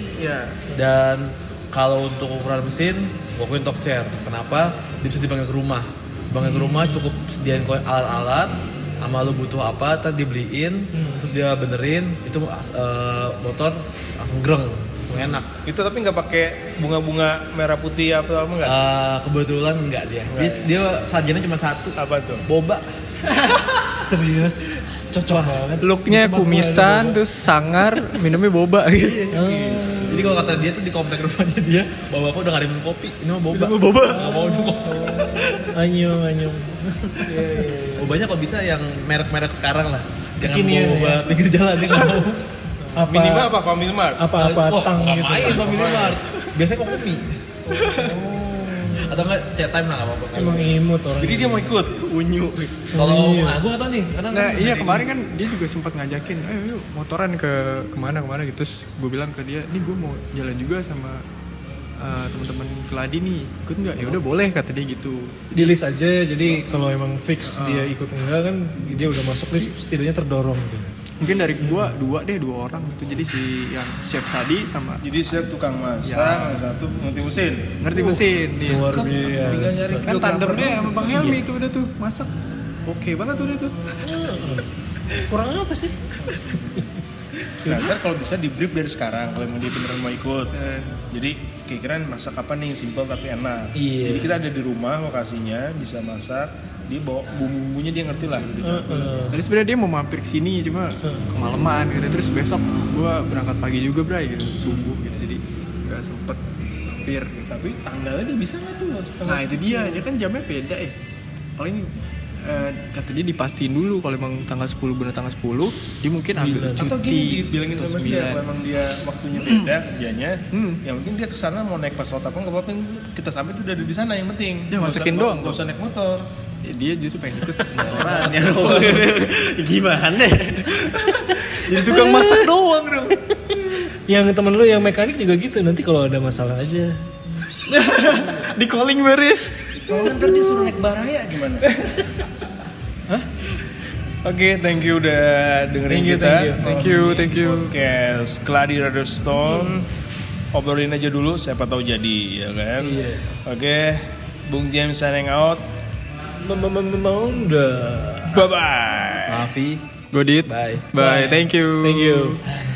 Speaker 2: Dan kalau untuk ukuran mesin, pokoknya top chair. Kenapa? Dia bisa dipanggil ke rumah. Dipanggil ke rumah cukup sediain ko- alat-alat sama lu butuh apa, tadi dibeliin, terus dia benerin, itu eh, motor langsung greng, langsung enak.
Speaker 1: Itu tapi nggak pakai bunga-bunga merah putih apa apa nggak?
Speaker 2: Eh, kebetulan enggak dia. Dia, dia sajiannya cuma satu,
Speaker 1: Apa tuh?
Speaker 2: boba.
Speaker 3: Serius. Cocok banget.
Speaker 4: Looknya kumisan, terus sangar, minumnya boba *laughs* gitu.
Speaker 3: Ah,
Speaker 2: Jadi kalau kata dia tuh di komplek rumahnya dia, bawa aku udah nggak ada minum kopi, ini mah boba.
Speaker 4: boba.
Speaker 2: Nggak mau minum kopi.
Speaker 3: Anyum, anyum.
Speaker 2: Bobanya kalau bisa yang merek-merek sekarang lah. Jangan
Speaker 3: Kekinian
Speaker 4: ya.
Speaker 2: bawa boba pinggir jalan dia nggak mau.
Speaker 3: Apa
Speaker 1: Minimal apa? Kalau minimal?
Speaker 3: apa-apa
Speaker 2: Wah,
Speaker 3: tang
Speaker 2: nggak
Speaker 3: gitu.
Speaker 2: main Bang Minimark. Biasanya kok kopi. Atau enggak chat time lah nggak apa-apa.
Speaker 3: Emang imut orang.
Speaker 1: Jadi dia mau ikut.
Speaker 4: Unyu.
Speaker 2: Kalau nah gue nggak tahu nih, karena
Speaker 4: Nah iya kemarin kan dia juga sempat ngajakin, eh yuk motoran ke kemana kemana gitu. Terus gue bilang ke dia, ini gue mau jalan juga sama eh, teman-teman keladi nih, ikut nggak? Ya udah boleh kata dia gitu.
Speaker 3: di list aja jadi kalau emang fix dia ikut enggak kan dia udah masuk list setidaknya terdorong gitu.
Speaker 4: mungkin dari gua dua deh dua orang gitu jadi si yang chef tadi sama
Speaker 1: Jadi saya tukang masak,
Speaker 4: Ya.
Speaker 1: yang satu ngerti mesin.
Speaker 4: ngerti mesin dia
Speaker 3: luar biasa
Speaker 4: kan tandemnya sama bang Helmi itu udah tuh masak oke banget udah tuh
Speaker 3: kurang apa sih
Speaker 1: Nah, ntar kalau bisa di brief dari sekarang kalau emang dia beneran mau ikut.
Speaker 4: Eh,
Speaker 1: Jadi kira-kira masak apa nih yang simple tapi enak.
Speaker 3: Iya.
Speaker 1: Jadi kita ada di rumah lokasinya bisa masak. Dia bawa bumbu-bumbunya dia ngerti lah
Speaker 4: Oh,
Speaker 1: gitu.
Speaker 4: tadi sebenarnya dia mau mampir ke sini cuma kemalaman gitu terus besok gua berangkat pagi juga bray gitu subuh gitu jadi nggak sempet mampir gitu.
Speaker 1: Tapi tanggalnya dia bisa nggak tuh? Mas?
Speaker 4: nah itu dia dia kan jamnya beda eh paling eh, eh, kata dia dipastiin dulu kalau emang tanggal 10 bener tanggal 10 dia mungkin ambil cuti
Speaker 1: atau gini dibilangin
Speaker 4: atau
Speaker 1: sama dia
Speaker 4: sembilan. Hmm.
Speaker 1: kalau emang dia waktunya beda kerjanya yang penting dia kesana mau naik pesawat apa nggak apa-apa kita sampai dia udah ada di sana yang penting
Speaker 4: Dia
Speaker 1: Nggak usah-
Speaker 4: masukin doang.
Speaker 1: nggak usah naik motor
Speaker 4: Ya, dia justru pengen ikut
Speaker 2: Orang
Speaker 4: *laughs*
Speaker 2: ya doang.
Speaker 5: Gimana?
Speaker 4: jadi tukang masak doang dong
Speaker 5: yang temen lu yang mekanik juga gitu nanti kalau ada masalah aja.
Speaker 4: di calling baru ya.
Speaker 1: kalau ntar dia suruh naik baraya gimana *laughs* Oke, thank you udah dengerin
Speaker 3: Thank you,
Speaker 1: kita.
Speaker 3: thank you.
Speaker 4: thank you thank you
Speaker 1: Podcast Keladi Radio Stone. Obrolin aja dulu, siapa tahu jadi, ya kan?
Speaker 3: Iya.
Speaker 1: Oke, Bung James signing out.
Speaker 5: Memang udah.
Speaker 1: Bye-bye.
Speaker 2: Maafi.
Speaker 4: Godit
Speaker 2: Bye.
Speaker 4: bye thank you
Speaker 3: Thank you.